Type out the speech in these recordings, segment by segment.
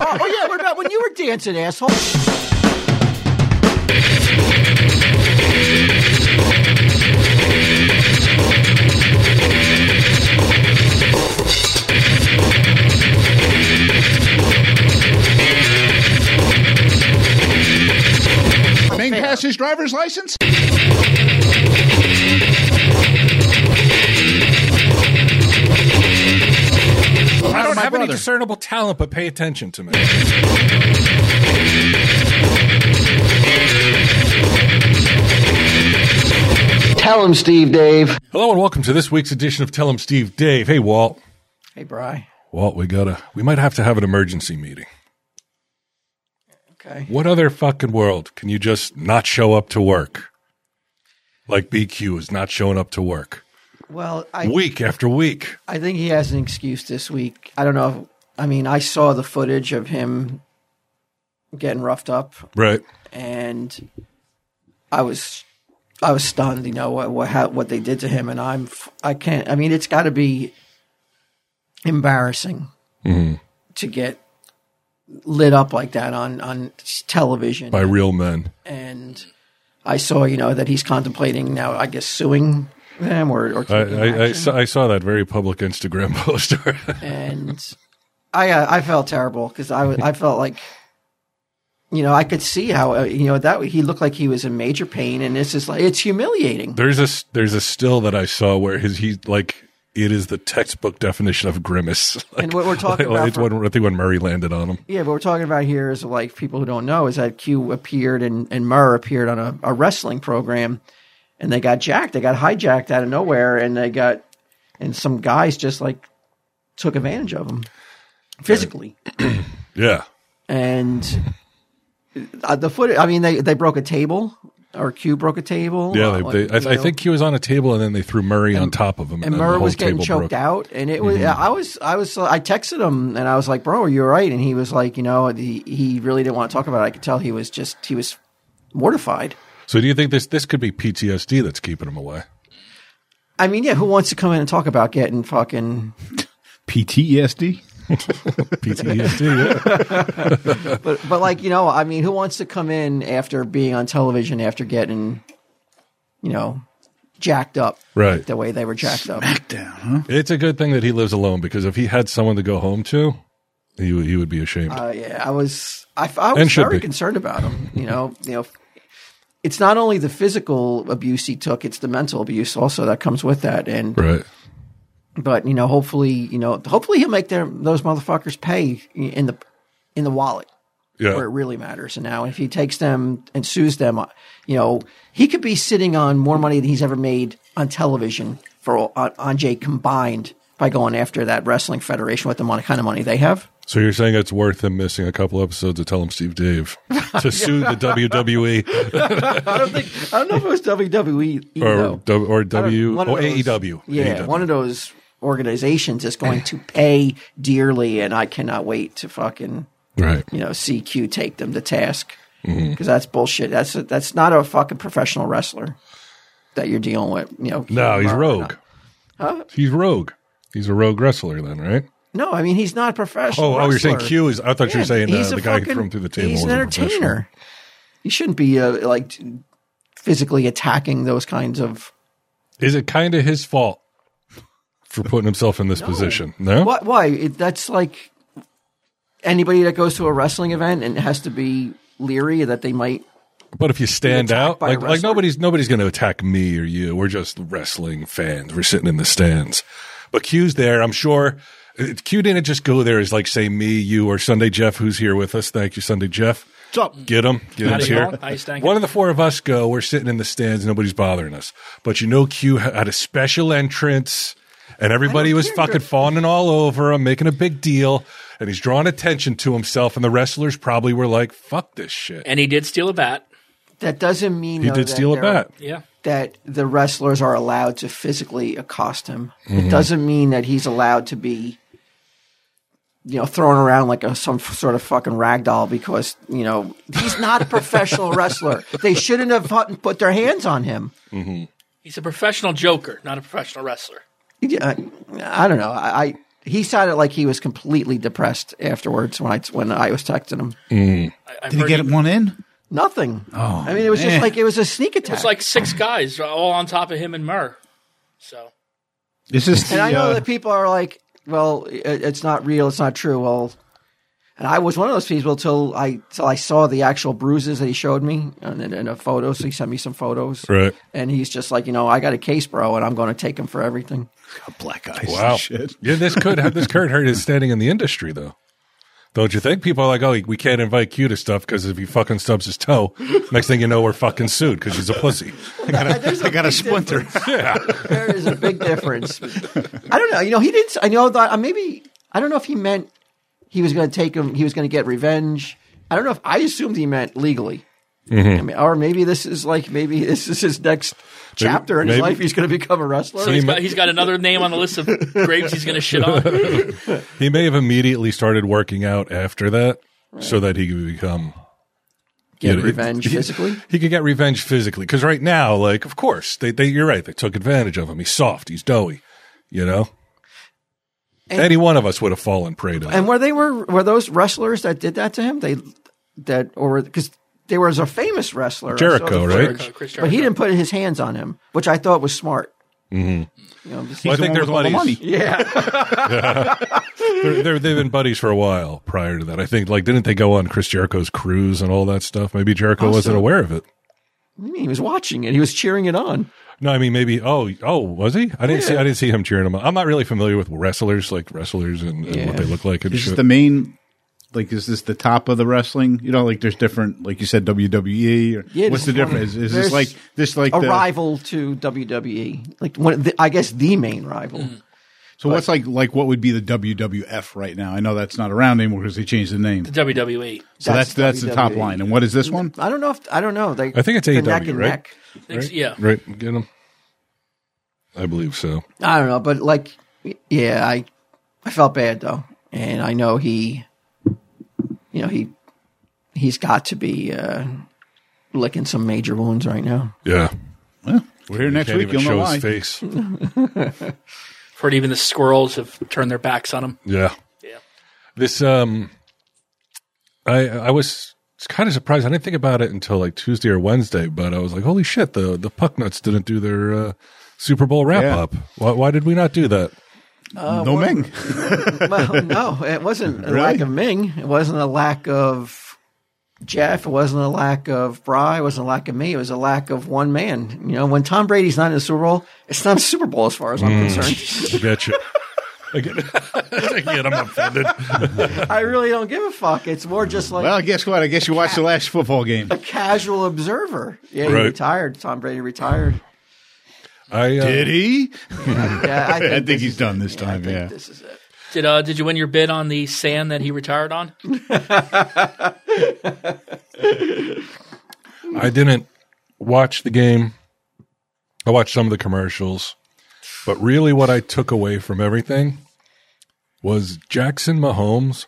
Oh, dance it, asshole. Main passage driver's license? I Proud of don't my have any brother. discernible talent, but pay attention to me. Tell him, Steve Dave. Hello and welcome to this week's edition of Tell 'em Steve Dave. Hey Walt. Hey, Bry. Walt, we gotta we might have to have an emergency meeting. Okay. What other fucking world can you just not show up to work? Like BQ is not showing up to work. Well, I Week after week. I think he has an excuse this week. I don't know. If, I mean, I saw the footage of him getting roughed up, Right. and I was I was stunned. You know what what how, what they did to him, and I'm f- I can't. I mean, it's got to be embarrassing to get lit up like that on on television. By real men. and I saw you know that he's contemplating now. I guess suing them or, or I, taking I, I, action. saw, I saw that very public Instagram post. and I uh, I felt terrible because I was- I felt like you know I could see how uh, you know that he looked like he was in major pain, and it's just like it's humiliating. there's a s- there's a still that I saw where his he like it is the textbook definition of grimace. Like, And what we're talking like- like about it's for- when, I think when Murray landed on him. Yeah, what we're talking about here is like people who don't know is that Q appeared and and Murr appeared on a, a wrestling program, and they got jacked. They got hijacked out of nowhere, and they got and some guys just like took advantage of them physically. Yeah, and uh, the foot. I mean, they they broke a table, or Q broke a table. yeah. uh, they, they, I, you I know, think he was on a table and then they threw Murray on top of him. and then the Murr whole was getting table choked broke. Mm-hmm. out, and it was. I was. I was. I texted him, and I was like, "Bro, are you all right?" And he was like, "You know, he, he really didn't want to talk about it. I could tell he was just he was mortified." So do you think this this could be PTSD that's keeping him away? I mean, yeah, who wants to come in and talk about getting fucking? E PTSD? PTSD. yeah. But but like you know, I mean, who wants to come in after being on television after getting, you know, jacked up Right. the way they were jacked up? Down, huh? It's a good thing that he lives alone because if he had someone to go home to, he would- he would be ashamed. Uh, yeah, I was I, I And was should very be. concerned about him. You know, you know, it's not only the physical abuse he took; it's the mental abuse also that comes with that. And right. but you know, hopefully, you know, hopefully he'll make their, those motherfuckers pay in the in the wallet where it Yeah. really matters. And now, if he takes them and sues them, uh, you know, he could be sitting on more money than he's ever made on television for all- on, on Jay combined by going after that wrestling federation with the mon- kind of money they have. So you're saying it's worth him missing a couple episodes to tell him Steve Dave to sue the E WWE I don't think I don't know if it was WWE or though. W- or W E One of or those- AEW. Yeah, AEW. one of those organizations is going to pay dearly, and I cannot wait to fucking right. you know CQ take them to task because Mm-hmm. that's bullshit. That's that's not a fucking professional wrestler that you're dealing with. You know, No, he's Mark. rogue. He's rogue. He's a rogue wrestler, then, right? No, I mean he's not a professional. Oh, oh, you're saying wrestler. Q is. I thought you were Yeah, saying uh, he's a the guy who fucking- threw him through the table. He's an was a professional. entertainer. He shouldn't be uh, like physically attacking those kinds of Is it kind of his fault for putting himself in this position? No. Why? why? It, that's like anybody that goes to a wrestling event and has to be leery that they might. But if you stand attacked out, by a like, like wrestler? nobody's nobody's going to attack me or you. We're just wrestling fans. We're sitting in the stands. But Q's there. I'm sure uh, Q didn't just go there as like say me, you, or Sunday Jeff, who's here with us. Thank you, Sunday Jeff. What's up? Get him. Get him Howdy, here. y'all. Ice tank. One of the four of us go. We're sitting in the stands. Nobody's bothering us. But you know, Q had a special entrance, and everybody was care. fucking fawning all over him, making a big deal. And he's drawing attention to himself, and the wrestlers probably were like, "Fuck this shit." And he did steal a bat. That doesn't mean he though, did that steal a they're- bat. Yeah. That the wrestlers are allowed to physically accost him. Mm-hmm. It doesn't mean that he's allowed to be, you know, thrown around like a, some sort of fucking rag doll because you know he's not a professional wrestler. They shouldn't have fucking put their hands on him. He's a professional joker, not a professional wrestler. Yeah, I, I don't know. I, I He sounded like he was completely depressed afterwards when I when I was texting him. Did he get one in? Nothing. Oh, I mean, it was man. just like it was a sneak attack. It's like six guys all on top of him and Murr. So This is And the, I know uh, that people are like, well, it, it's not real, it's not true. Well, and I was one of those people till I till I saw the actual bruises that he showed me and in, in a photo. So he sent me some photos, Right. And he's just like, you know, I got a case, bro, and I'm going to take him for everything. Black eyes. Wow. And shit. Yeah, this could have this Kurt Hurt is standing in the industry though. Don't you think people are like, oh, we can't invite Q to stuff because if he fucking stubs his toe, next thing you know, we're fucking sued because he's a pussy. I got a splinter. There is a big difference. I don't know. You know, he did. I know that uh, maybe I don't know if he meant he was going to take him. He was going to get revenge. I don't know if I assumed he meant legally. Mm-hmm. I mean, or maybe this is like maybe this is his next chapter in his maybe- life. He's going to become a wrestler. he he's mu- got, he's got another name on the list of grapes he's going to shit on. He may have immediately started working out after that so that he could become get you know, revenge he- physically. He could get revenge physically because right now, like, of course, they, they you're right. They took advantage of him. He's soft. He's doughy. You know, any one of us would have fallen prey to. it. And were they were were those wrestlers that did that to him? They that or because there was a famous wrestler I saw the Jericho, right? footage, Chris But he Jericho. didn't put his hands on him, which I thought was smart. Mm-hmm. You know, just- Well, I think the they're one with all the buddies. money. yeah, They're, they're, they've been buddies for a while prior to that. I think, like, didn't they go on Chris Jericho's cruise and all that stuff? Maybe Jericho wasn't aware of it. I mean, he was watching it. He was cheering it on. No, I mean maybe. Oh, oh, was he? I didn't see. I didn't see him cheering him. on. I'm not really familiar with wrestlers, like wrestlers and, and Yeah. what they look like and Is shit. this the main? Like, is this the top of the wrestling? You know, like there's different, like you said, WWE. Or, Yeah, what's there's the one- difference? Is, there's this like this like A the, rival to WWE, like one, of the, I guess the main rival. So what's like like what would be the WWF right now? I know that's not around anymore because they changed the name. WWE. So that's that's, E. the top WWE. line. And what is this one? I don't know if I don't know. They, I think it's they're AEW, neck and right? neck. Thanks- Yeah. right? Get him. I believe so. I don't know, but like, y- yeah, I I felt bad though, and I know he, you know he he's got to be uh, licking some major wounds right now. Yeah. Well, we're here next Can't week. even You'll know show why. his face. I've heard even the squirrels have turned their backs on him. Yeah. Yeah. This um I I was kind of surprised. I didn't think about it until like Tuesday or Wednesday, but I was like, holy shit, the the Pucknuts didn't do their uh, Super Bowl wrap Yeah. up. Why, why did we not do that? no Meng. well, no, it wasn't a Really? lack of Ming. It wasn't a lack of Jeff. It wasn't a lack of Bry. It wasn't a lack of me. It was a lack of one man. You know, when Tom Brady's not in the Super Bowl, it's not a Super Bowl as far as I'm Hmm. concerned. I get you. I get, Again, I'm offended. I really don't give a fuck. It's more just like Well, guess what? I guess you watched the last football game. a casual observer. Yeah, he Right. retired. Tom Brady retired. I uh, Did he? Yeah, I I think, think he's done this time. Yeah. this is it. Did uh, did you win your bid on the sand that he retired on? I didn't watch the game. I watched some of the commercials, but really, what I took away from everything was Jackson Mahomes,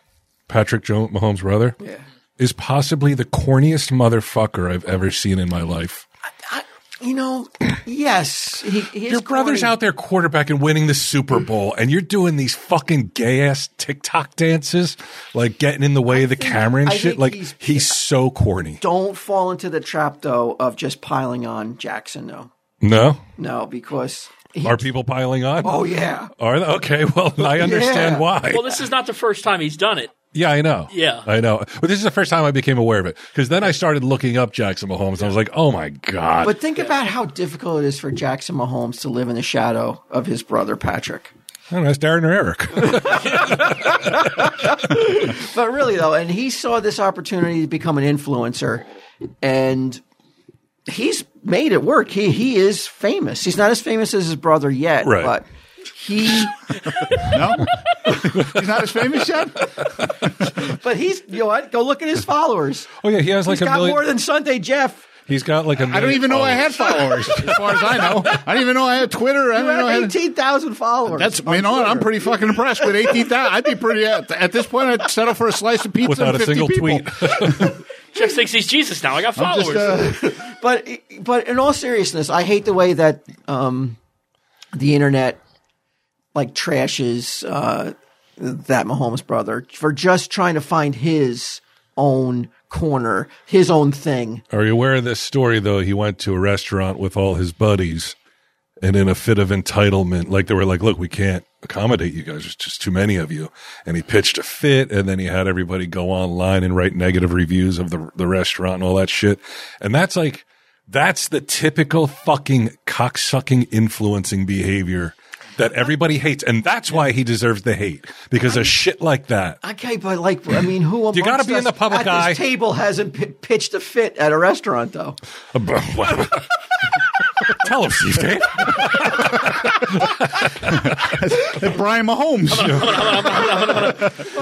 Patrick jo- Mahomes' brother, is possibly the corniest motherfucker I've ever seen in my life. You know, yes, he, he is Your brother's corny. Mm. out there quarterbacking, winning the Super Bowl, and you're doing these fucking gay ass TikTok dances, like getting in the way of the camera and I shit. think Like he's- he's so corny. Don't fall into the trap though of just piling on Jackson. No, No, no, because he, are people piling on? oh yeah, Are they? Okay, well I understand Yeah. why. Well, this is not the first time he's done it. Yeah, I know. Yeah. I know. But this is the first time I became aware of it because then I started looking up Jackson Mahomes. And I was like, oh my god. but think about how difficult it is for Jackson Mahomes to live in the shadow of his brother Patrick. I don't know, it's Darren or Eric. But really though, and he saw this opportunity to become an influencer, and he's made it work. He he is famous. He's not as famous as his brother yet, Right. but he. No, he's not as famous yet. But he's you know what? Go look at his followers. oh yeah, he has like He's a got million. more than Sunday Jeff. he's got like a. I don't million even know I had followers. followers. As far as I know, I don't even know I had Twitter. I You don't know I have had. eighteen thousand followers. That's you know what? I'm pretty fucking impressed with eighteen thousand. I'd be pretty at, at this point. I'd settle for a slice of pizza Without and a 50 single people. tweet. Jeff thinks he's Jesus now. I got I'm followers. just, uh, But but in all seriousness, I hate the way that um, the internet like trashes uh, that Mahomes brother for just trying to find his own corner, his own thing. Are you aware of this story though? He went to a restaurant with all his buddies and in a fit of entitlement, like they were like, Look, we can't accommodate you guys, there's just too many of you. And he pitched a fit and then he had everybody go online and write negative reviews of the the restaurant and all that shit. And that's like that's the typical fucking cocksucking influencing behavior that everybody hates. And that's why he deserves the hate. Because of shit like that. Okay, but like, I mean, who amongst You gotta be us in the public at eye. This table hasn't p- pitched a fit at a restaurant though. Tell him, Steve Dave. Hey, uh, Brian Mahomes.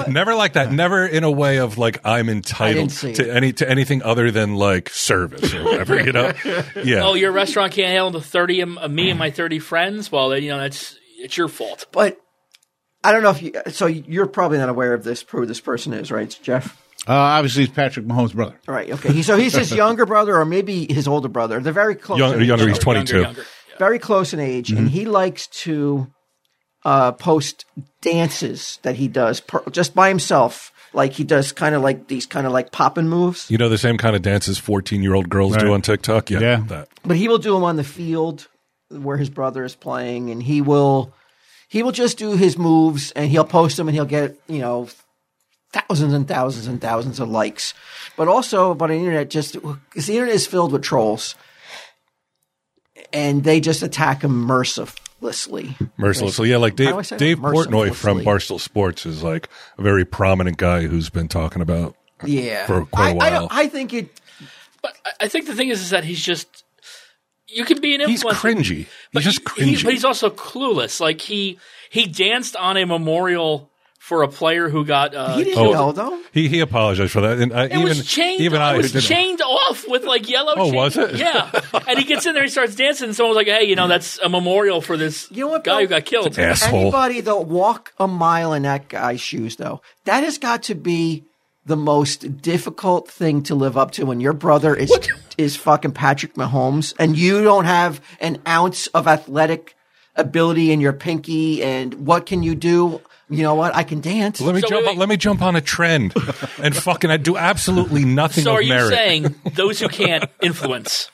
Never like that. Never in a way of like I'm entitled see to any to anything other than like service or whatever. You know? Yeah. Oh, your restaurant can't handle the thirty of of me and my thirty friends. Well, then you know that's it's your fault. But I don't know if you. So you're probably not aware of this who this person is, right, Jeff? Uh, obviously, he's Patrick Mahomes' brother. All right. Okay. He, so he's his younger brother, or maybe his older brother. They're very close. Young- in age. younger, he's Younger, 22. younger. very close in age, and he likes to uh, post dances that he does per- just by himself. Like he does kind of like these kind of like poppin' moves, You know the same kind of dances 14 year old girls do Right. on TikTok? Yeah. Yeah. That. but he will do them on the field where his brother is playing, and he will he will just do his moves, and he'll post them, and he'll get you know thousands and thousands and thousands of likes. But also, but the internet just 'cause the internet is filled with trolls, and they just attack him mercilessly. Mercilessly. Yeah, like Dave, do I say that? Dave Portnoy from Mercilessly. Barstool Sports is like a very prominent guy who's been talking about. Yeah, for quite a I- I, while. don't- I think it But I- I think the thing is, is that he's just you can be an He's influencer. cringy. He's just he- he- cringy. but he's also clueless. Like he he danced on a memorial for a player who got uh, He didn't oh, killed. know though. he, he apologized for that. And I, It even, was chained. even I it was didn't- chained off with like yellow. Oh, chain- was it? Yeah. and he gets in there, he starts dancing, and someone's like, "Hey, you know, that's a memorial for this You know what, guy Bill? who got killed." Asshole. Anybody that walk a mile in that guy's shoes though, that has got to be the most difficult thing to live up to when your brother is is fucking Patrick Mahomes and you don't have an ounce of athletic ability in your pinky and what can you do? You know what? I can dance. Let me So jump. wait, On, wait. let me jump on a trend, and fucking I do absolutely nothing So of are you merit. saying those who can't influence?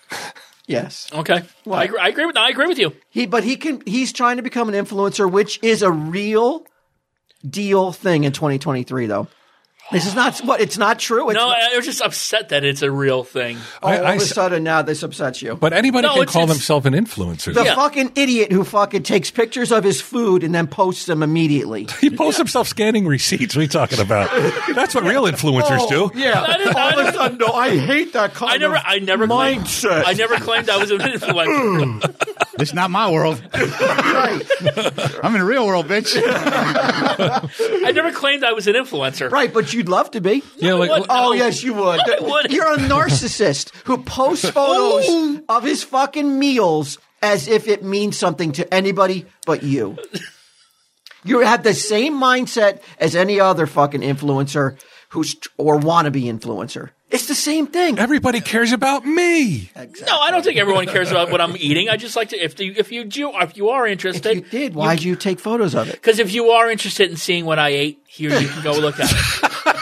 yes. Okay, I, agree, I agree with. I agree with you. He but he can he's trying to become an influencer, which is a real deal thing in 2023 though. This is not what it's not true. It's No, not- I, I'm just upset that it's a real thing. I- all I of a s- sudden now this upsets you. But anybody No, can it's- call it's- themselves an influencer. the though. Yeah. fucking idiot who fucking takes pictures of his food and then posts them immediately. He posts himself scanning receipts. What are you talking about? That's what real influencers do. Yeah. I didn't- I All of a didn't- sudden, no, I hate that kind Oh, I never, of I never mindset. Claimed, I never claimed I was an influencer. It's not my world. right, I'm in the real world, bitch. I never claimed I was an influencer. right, but you'd love to be. Yeah, like What? Oh yes, you would. I wouldn't. You're a narcissist who posts photos of his fucking meals as if it means something to anybody but you. You have the same mindset as any other fucking influencer who's or wannabe influencer. It's the same thing. everybody cares about me. No, I don't think everyone cares about what I'm eating. I just like to if you if you do if you are If interested, you did, why'd you take photos of it? Because if you are interested in seeing what I ate, here you can go look at it.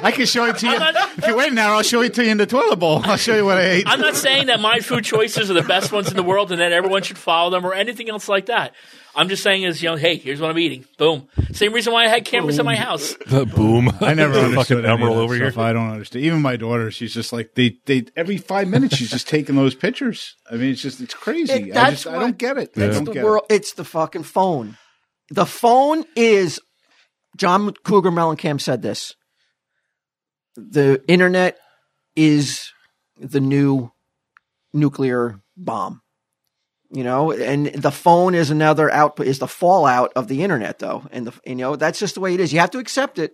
I can show it to you. I'm not- If you wait an hour, I'll show it to you in the toilet bowl. I'll show you what I ate. I'm not saying that my food choices are the best ones in the world and that everyone should follow them or anything else like that. I'm just saying is, you know, hey, here's what I'm eating. Boom. Same reason why I had cameras in my Oh. house. The boom. I never understood fucking any of emerald that over here. stuff. I don't understand. Even my daughter, she's just like they. They every five minutes, she's just taking those pictures. I mean, it's just it's It- crazy. I that's just I what- don't get it. I That's don't the get world. It's the fucking phone. The phone is. John Cougar Mellencamp said this. The internet is the new nuclear bomb. You know, and the phone is another output. Is the fallout of the internet, though, and the you know that's just the way it is. You have to accept it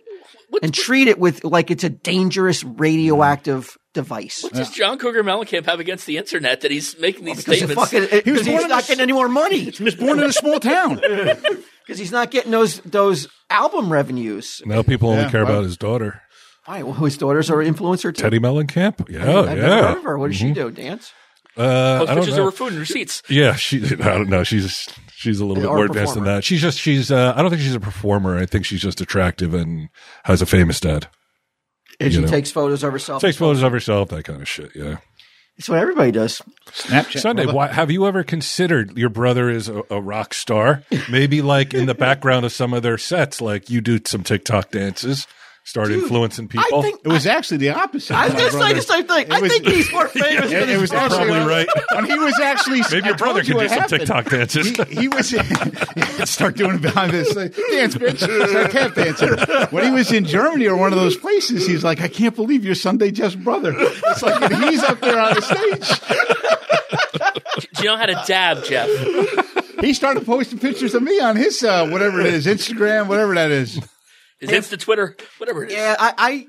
and treat it with like it's a dangerous radioactive device. What does John Cougar Mellencamp have against the internet that he's making these Because statements? fucking, He was because born he's in not a- getting any more money. it. Just born in a small town. because he's not getting those those album revenues. Now people only Yeah, care wow. about his daughter, Why? Well, his daughters are influencer too. Teddy Mellencamp. Yeah, I've yeah. never heard of her. What does she do? Dance? Uh, Post I don't pictures of know. her food and receipts. Yeah, she. I don't know. She's She's a little bit Or a more advanced than performer. that. She's just she's. Uh, I don't think she's a performer. I think she's just attractive and has a famous dad. And she You know. takes photos of herself. Takes photos of herself, that kind of shit. Yeah. That's what everybody does. Snapchat. Sunday, brother. why, have you ever considered your brother is a, a rock star? Maybe like in the background of some of their sets, like you do some TikTok dances, start influencing people. I think It was actually the opposite. I of was my just like brother. the same thing. I was- think he's more famous. It, than it his was brother. actually probably right. When he was actually, Maybe I your brother told can you do what some happened. TikTok dances. He, he was start doing behind this like, dance, bitch, start tap dancing. When he was in Germany or one of those places, he's like, I can't believe you're Sunday Jeff's brother. It's like and he's up there on the stage. Do you know how to dab, Jeff? He started posting pictures of me on his uh, whatever it is, Instagram, whatever that is. Is Insta, Twitter, whatever it is. Yeah, I,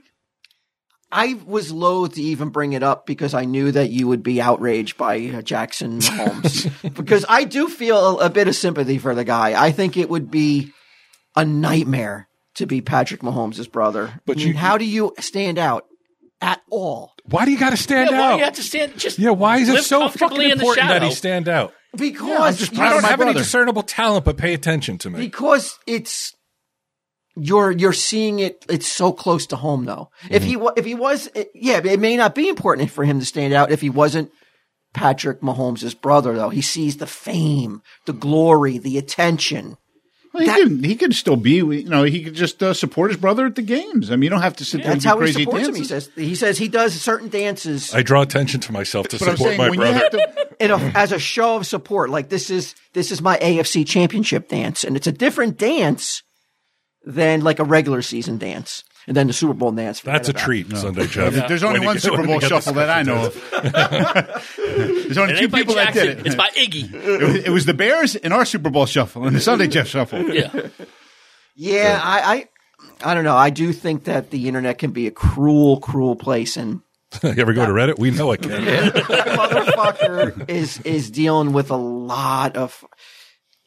I, I was loath to even bring it up because I knew that you would be outraged by uh, Jackson Holmes. because I do feel a, a bit of sympathy for the guy. I think it would be a nightmare to be Patrick Mahomes' brother. But I mean, you- how do you stand out at all? why do you got to stand Why do out? you have to stand? Just yeah, why is it live so comfortably fucking in the important that shadow? he stand out? Because just you- proud Proud I don't of my have any brother. discernible talent, but pay attention to me. because it's you're you're seeing it it's so close to home though if Mm-hmm. he wa- if he was it- yeah it may not be important for him to stand out if he wasn't Patrick Mahomes' brother though he sees the fame the glory the attention Well, he, can, he can still be, you know, he could just uh, support his brother at the games. I mean, you don't have to sit there that's and do how he crazy supports him he dances. says he says he does certain dances I draw attention to myself to But I'm support saying my when brother. you have to, in a, as a show of support like this is this is my AFC championship dance and it's a different dance than like a regular season dance and then the Super Bowl dance forget That's a about it. treat, Sunday Jeff. there's only When you one get- Super when Bowl you get the shuffle that I special know dance. of. There's only It two ain't by people that Jackson. did it. It's by Iggy. It was, it was the Bears in our Super Bowl shuffle and the Sunday Jeff shuffle. Yeah. Yeah, I, I, I don't know. I do think that the internet can be a cruel, cruel place, and you ever go to Reddit? We know it can. motherfucker is is dealing with a lot of.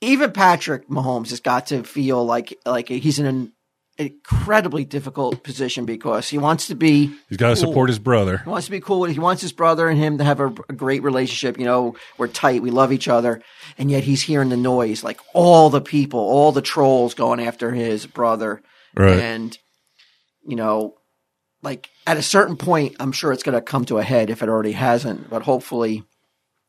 Even Patrick Mahomes has got to feel like like he's in an incredibly difficult position because he wants to be He's got to support his brother. he wants to be cool. He wants his brother and him to have a, a great relationship. You know, we're tight. We love each other. And yet he's hearing the noise, like all the people, all the trolls going after his brother. Right. And, you know, like at a certain point, I'm sure it's going to come to a head if it already hasn't, but hopefully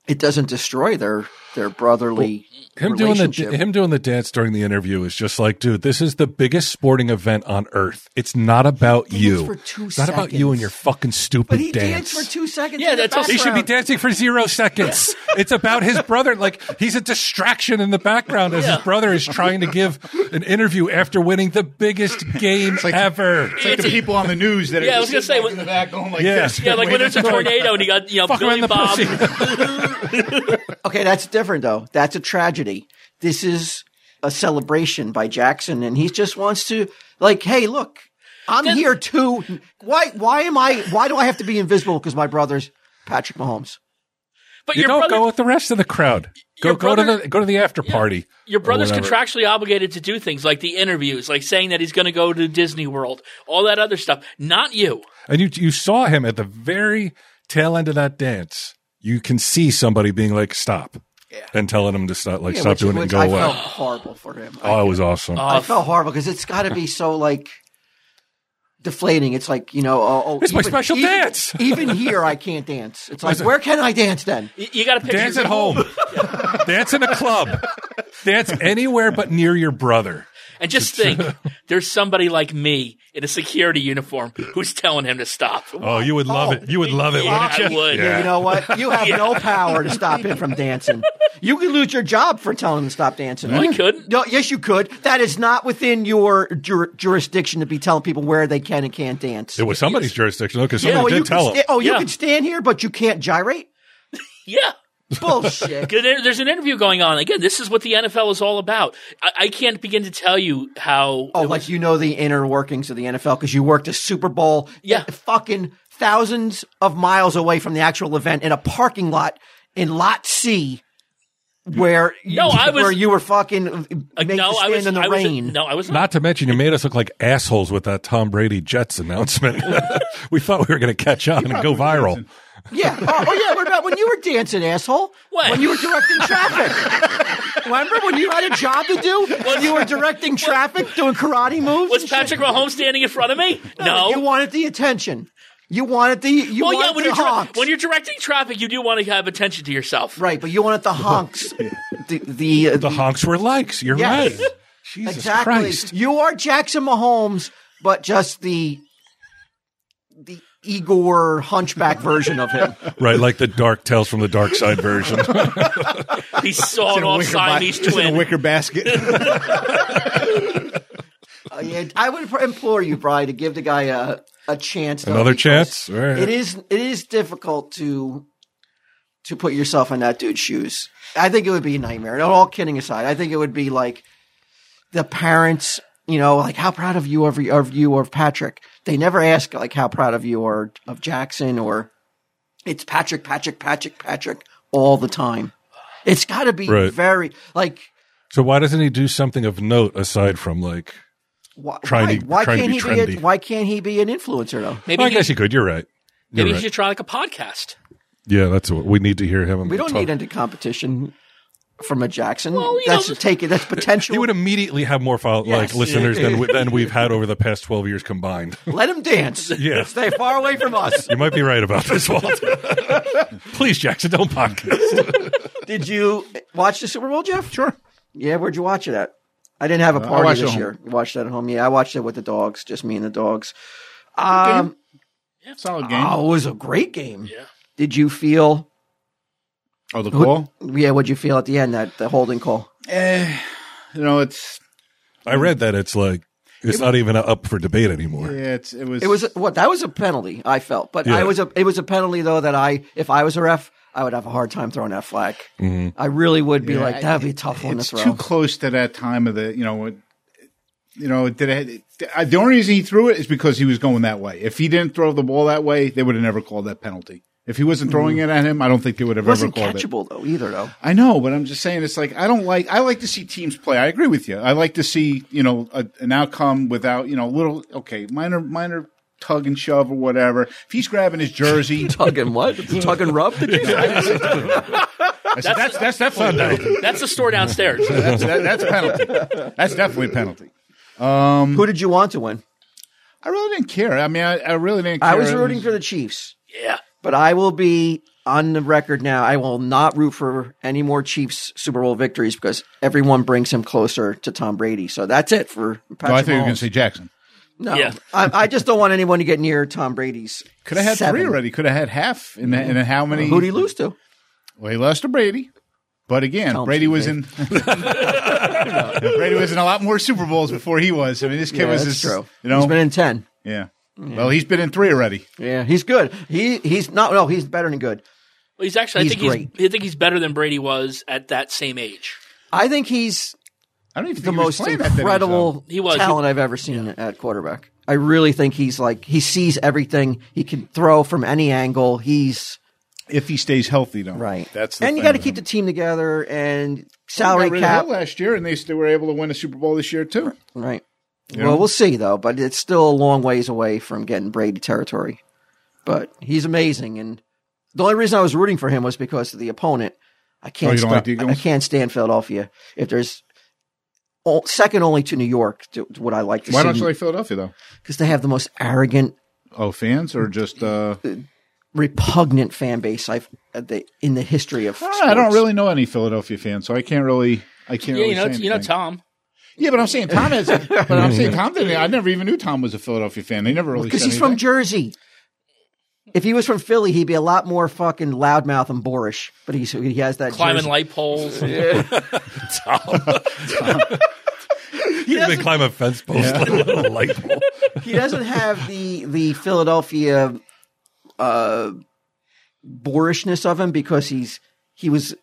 it doesn't destroy their, their brotherly Him doing the relationship. him doing the dance during the interview is just like, dude, this is the biggest sporting event on earth. It's not about danced you. for two it's not about you and your fucking stupid but he dance. danced for two seconds. Yeah, in the that's also- he should be background. dancing for zero seconds. it's about his brother. Like he's a distraction in the background as Yeah. his brother is trying to give an interview after winning the biggest game ever. It's like the people on the news that Yeah, I are was gonna say, in the back going like Yeah. this. Yeah, like when there's a tornado and you got, you know, Fuck him in the Billy Bob. pussy. Okay, that's different though. That's a tragedy. This is a celebration by Jackson, and he just wants to, like, hey, look, I'm here too. Why? Why am I? Why do I have to be invisible? Because my brother's Patrick Mahomes. But you your don't brother, go with the rest of the crowd. Go Your go brother- to the go to the after party. your or brother's whatever. contractually obligated to do things like the interviews, like saying that he's going to go to Disney World, all that other stuff. Not you. And you you saw him at the very tail end of that dance. You can see somebody being like, "Stop," and telling him to stop, like, Yeah, "Stop which- doing it and which go I away." felt horrible for him. oh, it was awesome. I, I felt horrible because it's got to be so like deflating. It's like you know, oh, oh It's my special even, dance. even here, I can't dance. It's like, where can I dance then? You, you got to picture Dance at home. Dance in a club. Dance anywhere but near your brother. And just think, there's somebody like me in a security uniform who's telling him to stop. Oh, you would love it. You would love Oh, it, Yeah, wouldn't you? I would. Yeah. You know what? You have no power to stop him from dancing. You could lose your job for telling him to stop dancing. I couldn't. No, yes, you could. That is not within your jur- jurisdiction to be telling people where they can and can't dance. It was somebody's jurisdiction, because oh, somebody you did can tell him. sta- oh, you Yeah. can stand here, but you can't gyrate. Yeah. Bullshit. Good inter- There's an interview going on. Again, this is what the NFL is all about. I, I can't begin to tell you how. oh, like you know the inner workings of the NFL because you worked a Super Bowl, Yeah. fucking thousands of miles away from the actual event in a parking lot in Lot C. Where No, you, I was- where you were fucking Uh, made to no, I stand was. in the I was rain. no, I was not. Not to mention, you made us look like assholes with that Tom Brady Jets announcement. we thought we were going to catch on and go viral. Yeah. Oh, oh, yeah. What about when you were dancing, asshole? What? When you were directing traffic? Remember when you had a job to do? When you were directing traffic, doing karate moves? Was and shit? Patrick Mahomes standing in front of me? No. You wanted the attention. You wanted the you well, yeah, wanted when the you're, tra- honks. when you're directing traffic, you do want to have attention to yourself. right, but you wanted the honks. the the, uh, The honks were likes. You're Yes. right. Jesus exactly. Christ. You are Jackson Mahomes, but just the the Igor hunchback version of him. Right, like the dark tales from the dark side version. He's sawing in a off wicker ba- Siamese it's in a twin. wicker basket. Uh, yeah, I would pr- implore you, Brian, to give the guy a a chance. though, Another because chance? All right. It is it is difficult to to put yourself in that dude's shoes. I think it would be a nightmare. And all kidding aside, I think it would be like the parents. You know, like how proud of you of, of you or of Patrick. They never ask like how proud of you or of Jackson or it's Patrick, Patrick, Patrick, Patrick all the time. It's got to be Right. very like so why doesn't he do something of note aside from like? why, Trying to- why, why trying to can't be he be a, trendy. why can't he be an influencer though? Maybe, Well, "Oh, I he, guess he could. You're right. You're maybe he right. should try like a podcast. Yeah, that's what we need to hear him. We don't talk. need into competition from a Jackson. Well, you that's know- taking that's potential. He would immediately have more follow- Yes. like listeners than we- than we've had over the past twelve years combined. Let him dance. Yeah. Stay far away from us. You might be right about this, Walt. Please, Jackson, don't podcast. Did you watch the Super Bowl, Jeff? sure. Yeah, where'd you watch it at? I didn't have a party watched it this at year. You watched it at home. Yeah, I watched it with the dogs, just me and the dogs. Um, Solid game. Oh, it was a great game. Yeah. Did you feel oh, the call. yeah, what'd you feel at the end, that the holding call? Eh, you know, it's I read that it's like it's not even up for debate anymore. yeah, it's it was It was what that was a penalty, I felt. But I Yeah. was a it was a penalty though that I if I was a ref, I would have a hard time throwing that flag. I really would be like, that'd be a tough one to it's throw. too close to that time of the you know it- you know did it, I- the only reason he threw it is because he was going that way. If he didn't throw the ball that way, they would have never called that penalty. If he wasn't throwing it at him, I don't think they would have It wasn't ever called it. catchable though either though. I know, but I'm just saying it's like I don't like I like to see teams play. I agree with you. I like to see, you know, a, an outcome without, you know, little okay, minor minor tug and shove or whatever. If he's grabbing his jersey, Tug and what? Tug and rub? Did you say? I said, that's that's definitely a penalty. That's the store downstairs. That's, that, that's a penalty. That's definitely a penalty. Who did you want to win? I really didn't care. I mean, I, I really didn't care. I was rooting for the Chiefs, yeah. but I will be on the record now. I will not root for any more Chiefs Super Bowl victories because everyone brings him closer to Tom Brady. So that's it for Patrick No, Oh, I thought you were Mahomes. going to say Jackson. no. Yeah. I, I just don't want anyone to get near Tom Brady's. Could have had seven. three already. Could have had half. And, and how many? Who'd he lose to? Well, he lost to Brady. But again, him Brady Steve was in. Brady was in a lot more Super Bowls before he was. I mean, this kid Yeah, was that's this, true. You know, He's been in ten. yeah. Well, he's been in three already. Yeah, he's good. He he's not. No, he's better than good. Well, he's actually. He's I think he's. I think he's better than Brady was at that same age. I think he's I don't even think the he was most playing that many, incredible He was. talent I've ever seen at quarterback. I really think he's like he sees everything. He can throw from any angle. He's so. if he stays healthy, though. That's the and you got got to keep the team together and salary cap. last year, and they still were able to win a Super Bowl this year too. Right. Well, we'll see though, but it's still a long ways away from getting Brady territory. But he's amazing, and the only reason I was rooting for him was because of the opponent. I Oh, can't. you don't sta- like the Eagles? I can't stand Philadelphia. If there's o- second only to New York, to, to what I like to Why see, don't you like Philadelphia though? because they have the most arrogant, Oh, fans or just? uh repugnant fan base I've uh, the, in the history of. I don't sports. really know any Philadelphia fans, so I can't really. I can't. Yeah, really you know, say you know, anything. Tom. Yeah, but I'm saying Tom has. but I'm saying Tom didn't. I never even knew Tom was a Philadelphia fan. They never really because said he's from anything. Jersey. If he was from Philly, he'd be a lot more fucking loudmouth and boorish. But he's he has that Climbing Jersey- light poles. He They doesn't, climb a fence post like a little light pole. he doesn't have the the Philadelphia uh, boorishness of him because he's he was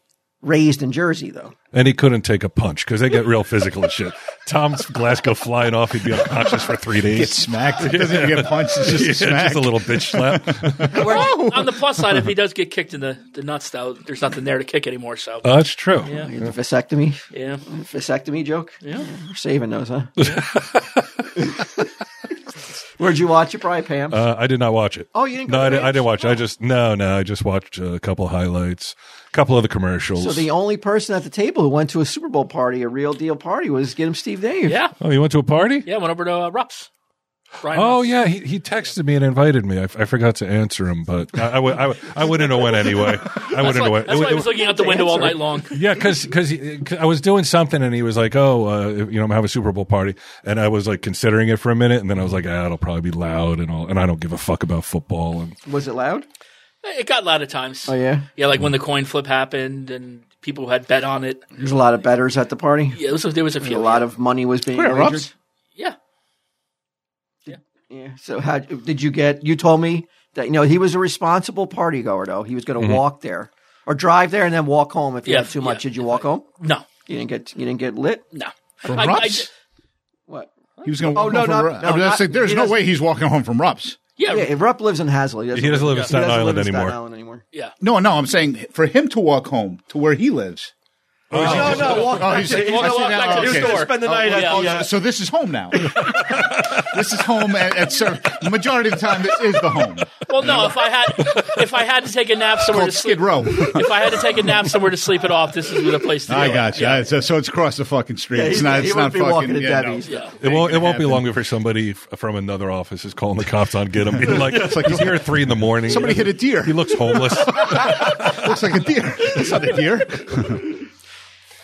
raised in Jersey though. And he couldn't take a punch because they get real physical and shit. Tom's glass go flying off. He'd be unconscious for three Get days. smacked. It doesn't even get punched. It's just Yeah, a smack. just a little bitch slap. Uh, Oh! Well, on the plus side, if he does get kicked in the, the nuts, though, there's nothing there to kick anymore. So, Uh, that's true. The vasectomy, yeah. vasectomy joke. Yeah. We're saving those, huh? Where'd you watch it, probably Pam? Uh, I did not watch it. Oh, you didn't go No, to I, didn't- I Rage? didn't watch. it. I just no, no. I just watched a couple of highlights, a couple of the commercials. so the only person at the table who went to a Super Bowl party, a real deal party, was Get Him Steve Dave. Yeah, oh, you went to a party? yeah. Went over to uh, Rups. Brian Oh Rupp's. yeah, he, he texted me and invited me. I, f- I forgot to answer him, but I, I, w- I, w- I wouldn't have went anyway. I wouldn't That's have why, went. that's it why I w- was looking out the window all night long. Yeah, because I was doing something and he was like, "Oh, uh, you know, I'm having a Super Bowl party," and I was like considering it for a minute, and then I was like, "Ah, it'll probably be loud and all," and I don't give a fuck about football. And Was it loud? It got loud at times. Oh yeah. Yeah, like when the coin flip happened and people had bet on it. There's a lot of betters at the party. Yeah, it was, there was a A few. lot of money was being Wait, wagered. Rups? Yeah. Yeah. So how did you get? You told me that you know he was a responsible party goer though. He was going to walk there or drive there and then walk home if you Yeah, had too much. yeah. Did you walk home? No. You didn't get. You didn't get lit. No. From I- I Rups? d- What? He was going to walk Oh, no, home no, from Rupp. no, I was gonna I- say, there's he no doesn't- way he's walking home from Rups. yeah. Yeah, Rupp lives in Hazel. He doesn't, He doesn't live in he Staten doesn't live Island in anymore. Staten Island anymore. yeah. No, no, I'm saying for him to walk home to where he lives. No, no, walk Oh, he's, Well, I see walk now, back to the okay. store. spend the night at yeah. Oh, yeah. so this is home now. this is home at, at cer- majority of the time. This is the home. Well, no. If I had, if I had to take a nap somewhere Called to sleep, Skid Row. if I had to take a nap somewhere to sleep it off, this is the place to do I it. got you. I- so, so it's across the fucking street. he- it's not. he It's wouldn't be not fucking. walking to yeah, Debbie's. no. Yeah. It won't. It won't be happen. long before somebody f- from another office is calling the cops on get him. Like, like- he's here at three in the morning. Somebody hit a deer. He looks homeless. Looks like a deer. It's not a deer.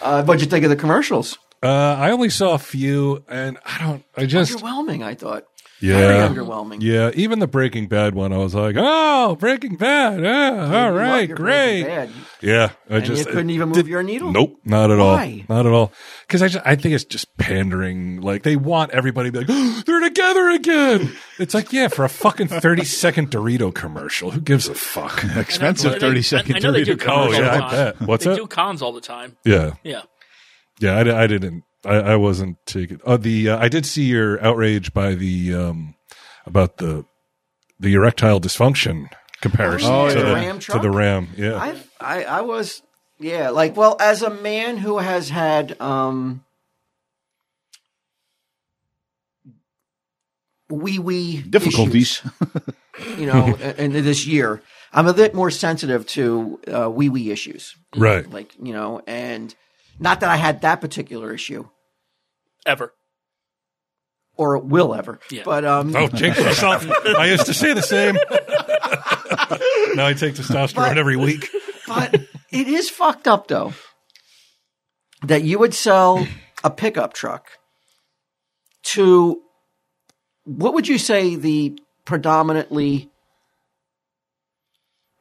Uh, what'd you think of the commercials? uh, I only saw a few, and I don't. I just Underwhelming, I thought. yeah, Very underwhelming. yeah. Even the Breaking Bad one, I was like, oh, Breaking Bad. Yeah, all You love right, your Breaking great. Bad, Yeah, I And just uh, you couldn't even move your needle. Nope, not at Why? all. Not at all. Because I just, I think it's just pandering. Like they want everybody to be like, "Oh, they're together again. It's like, yeah, for a fucking thirty second Dorito commercial. Who gives a fuck? Expensive Well, they- thirty second I, I know they do Dorito. cons Oh, yeah, all I the time. bet. What's they that? do cons all the time. yeah, Yeah. yeah. I, di- I didn't. I, I wasn't taking. Oh, the uh, I did see your outrage by the um about the the erectile dysfunction comparison Oh, to, yeah. the, Ram to truck? the Ram. Yeah, I, I, I was, yeah, like, well, as a man who has had, um, wee wee Difficulties. you know, and this year, I'm a bit more sensitive to uh, wee wee issues, right. like you know, and not that I had that particular issue Ever. or it will ever, Yeah. but um, Oh, jinx myself. I used to say the same. now I take testosterone But- every week. but it is fucked up though that you would sell a pickup truck to what would you say the predominantly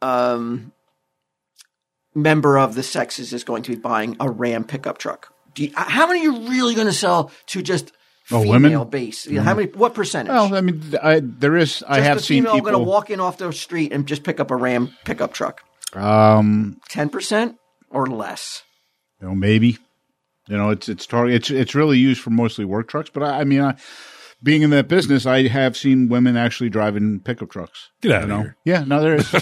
um, member of the sexes is going to be buying a Ram pickup truck? Do you, how many are you really going to sell to just Oh, female women? Mm-hmm. base? You know, How many? What percentage? Well, I mean, I, there is. I Just have the seen female going to people. walk in off the street and just pick up a Ram pickup truck. um, Ten percent or less. you know, maybe. You know, it's it's target. It's it's really used for mostly work trucks. But I, I mean, I, being in that business, I have seen women actually driving pickup trucks. Get out You of know? here. Yeah, no, there is.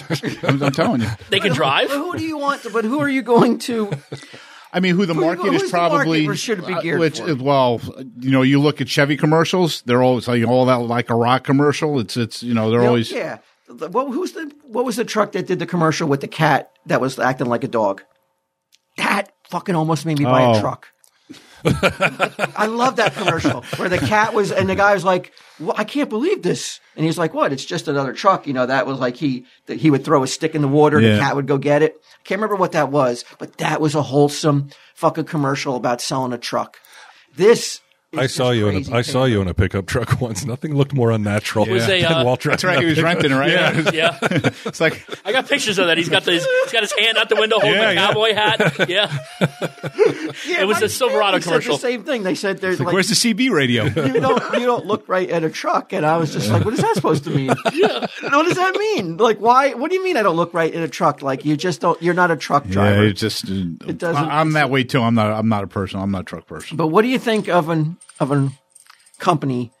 I'm, I'm telling you. They can drive. But who do you want? To, but who are you going to? I mean, who the market who's is the market probably or should it be uh, geared which, for? Well, you know, you look at Chevy commercials; they're always like all that like a rock commercial. It's it's you know they're always yeah. The- What, who's the? What was the truck that did the commercial with the cat that was acting like a dog? That fucking almost made me buy a Oh. truck. I love that commercial where the cat was, and the guy was like, well, "I can't believe this," and he's like, "What? It's just another truck." You know, that was like he that he would throw a stick in the water, Yeah. the cat would go get it. I can't remember what that was, but that was a wholesome fucking commercial about selling a truck. This. is I saw just you in crazy a, I saw thinking. you in a pickup truck once. Nothing looked more unnatural was a, than uh, Walt driving That's right. that He was pickup. renting, right? Yeah. Yeah. it's like I got pictures of that. He's got the, he's got his hand out the window holding Yeah, a yeah. cowboy hat. Yeah. Yeah, It was my a Silverado family said commercial. the same thing. They said there's like, where's the CB radio? you don't you don't look right at a truck, and I was just like, what is that supposed to mean? What does that mean? Like, why? What do you mean I don't look right in a truck? Like, you just don't. You're not a truck yeah, driver. it just it doesn't- I'm that way too. I'm not. I'm not a person. I'm not a truck person. but what do you think of an of a company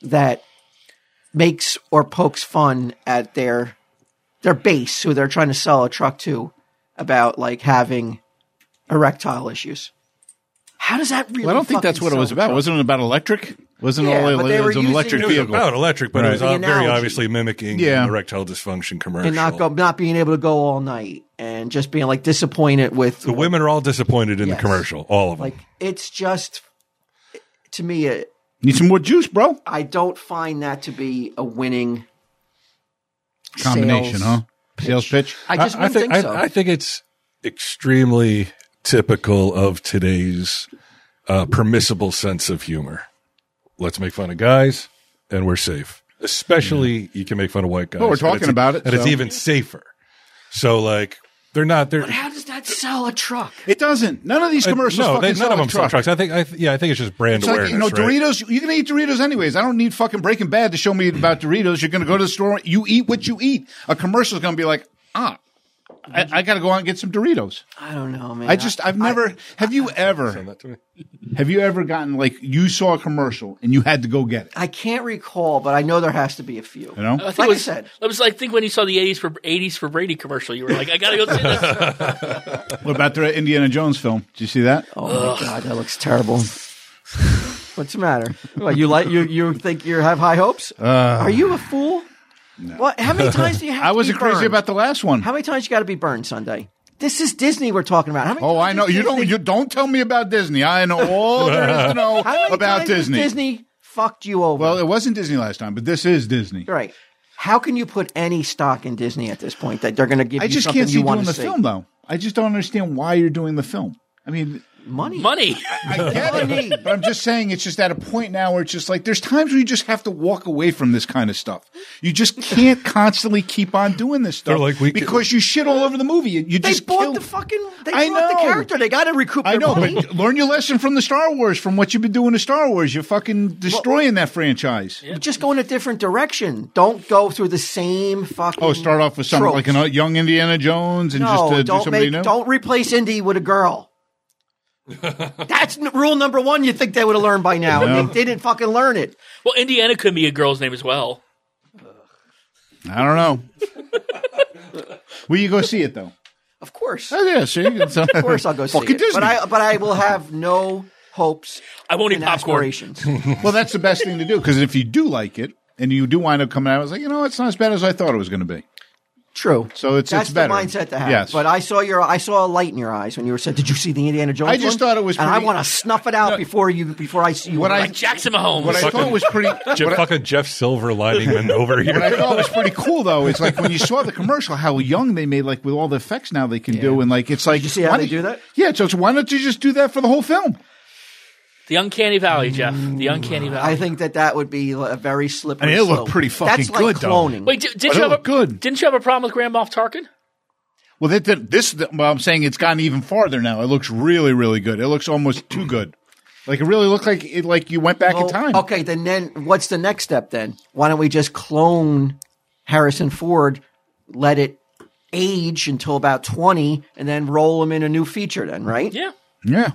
that makes or pokes fun at their their base, who they're trying to sell a truck to, about like having erectile issues? How does that really? Well, I don't think fucking that's what it sell was a about. truck? Wasn't it about electric? Wasn't Yeah, all but they it were was an using- electric It It was vehicle. about electric, but Right. it was The uh, very analogy. obviousile mimicking Yeah. an erectile dysfunction commercial. and not go, not being able to go all night and just being like disappointed with the women are all disappointed in Yes. the commercial, all of them. Like it's just to me, it, Need some more juice, bro. I don't find that to be a winning Combination, sales- huh? Sales pitch. I just wouldn't think, I, so. I think it's extremely typical of today's uh, permissible sense of humor. Let's make fun of guys, and we're safe. Especially, you can make fun of white guys. Well, we're and talking it's- e- about it, and it's so- even safer. So, like, they're not. They're How does that sell a truck? It doesn't. None of these commercials. Uh, no, fucking they, sell none of a them sell truck. trucks. I think. I, th- yeah, I think it's just brand It's like awareness. you know right? Doritos. You can eat Doritos anyways. I don't need fucking Breaking Bad to show me about Doritos. You're going to go to the store. You eat what you eat. A commercial's going to be like, ah, I, I got to go out and get some Doritos. I don't know, man. I just, I've never. have you Send ever? that to me. Have you ever gotten like you saw a commercial and you had to go get it? I can't recall, but I know there has to be a few. You know, I Like think it I was, said. it was like think when you saw the '80s for '80s for Brady commercial, you were like, "I gotta go see this." what about the Indiana Jones film? Did you see that? Oh my god, that looks terrible. What's the matter? What, you like you you think you have high hopes? Uh, Are you a fool? What? How many times do you have? I to wasn't be crazy burned? about the last one. How many times you got to be burned Sunday? This is Disney we're talking about. How many times Oh, I know. is You don't. Disney- You don't tell me about Disney. I know all there is to know How many about times has Disney. Disney fucked you over. Well, it wasn't Disney last time, but this is Disney. You're right. How can you put any stock in Disney at this point that they're going to give I you just something can't see you you want to doing see? the film though. I just don't understand why you're doing the film. I mean, Money. money. I get it, but I'm just saying it's just at a point now where it's just like there's times where you just have to walk away from this kind of stuff. You just can't constantly keep on doing this stuff They're like, we can- because you shit all over the movie. You, you They just bought killed- the fucking. They I bought the know. character. They got to recoup. Their I know, money. but learn your lesson from the Star Wars, from what you've been doing to Star Wars. You're fucking destroying that franchise. just go in a different direction. Don't go through the same fucking. Oh, start off with something tropes. like an, uh, young Indiana Jones and no, just uh, don't do somebody make, new. don't replace Indy with a girl. That's n- rule number one. You think they would have learned by now? and They didn't fucking learn it. well, Indiana could be a girl's name as well. I don't know. Will you go see it though? Of course, Oh of yeah, see, of course, I'll go see Fucking it. Disney. But I, but I will have no hopes I won't eat and popcorn. aspirations. Well, that's the best thing to do because if you do like it and you do wind up coming out, I was like, you know, it's not as bad as I thought it was going to be. True. So it's- that's it's the better. mindset to have. Yes. But I saw your I saw a light in your eyes when you were said, "Did you see the Indiana Jones?" I just one?" thought it was and pretty- I want to snuff it out before you before I see you. What I- Like Jackson Mahomes. What I Fucking- thought was pretty. Jeff, what I- fucking Jeff Silver lining man over here. what I thought was pretty cool though is like when you saw the commercial, how young they made like with all the effects now they can do, and like it's like you see how why they don't- do that? Yeah, so it's, why don't you just do that for the whole film? the Uncanny Valley, Jeff. The Uncanny Valley. Mm, I think that that would be a very slippery. I mean, it looked slope. pretty fucking That's like good, though. cloning. Wait, did, did But you it have a looked good. Didn't you have a problem with Grand Moff Tarkin? Well, that, that, this well, I'm saying it's gotten even farther now. It looks really, really good. It looks almost too good. Like it really looked like it like you went back Well, in time. Okay, then then what's the next step then? Why don't we just clone Harrison Ford, let it age until about 20 and then roll him in a new feature then, right? Yeah. Yeah.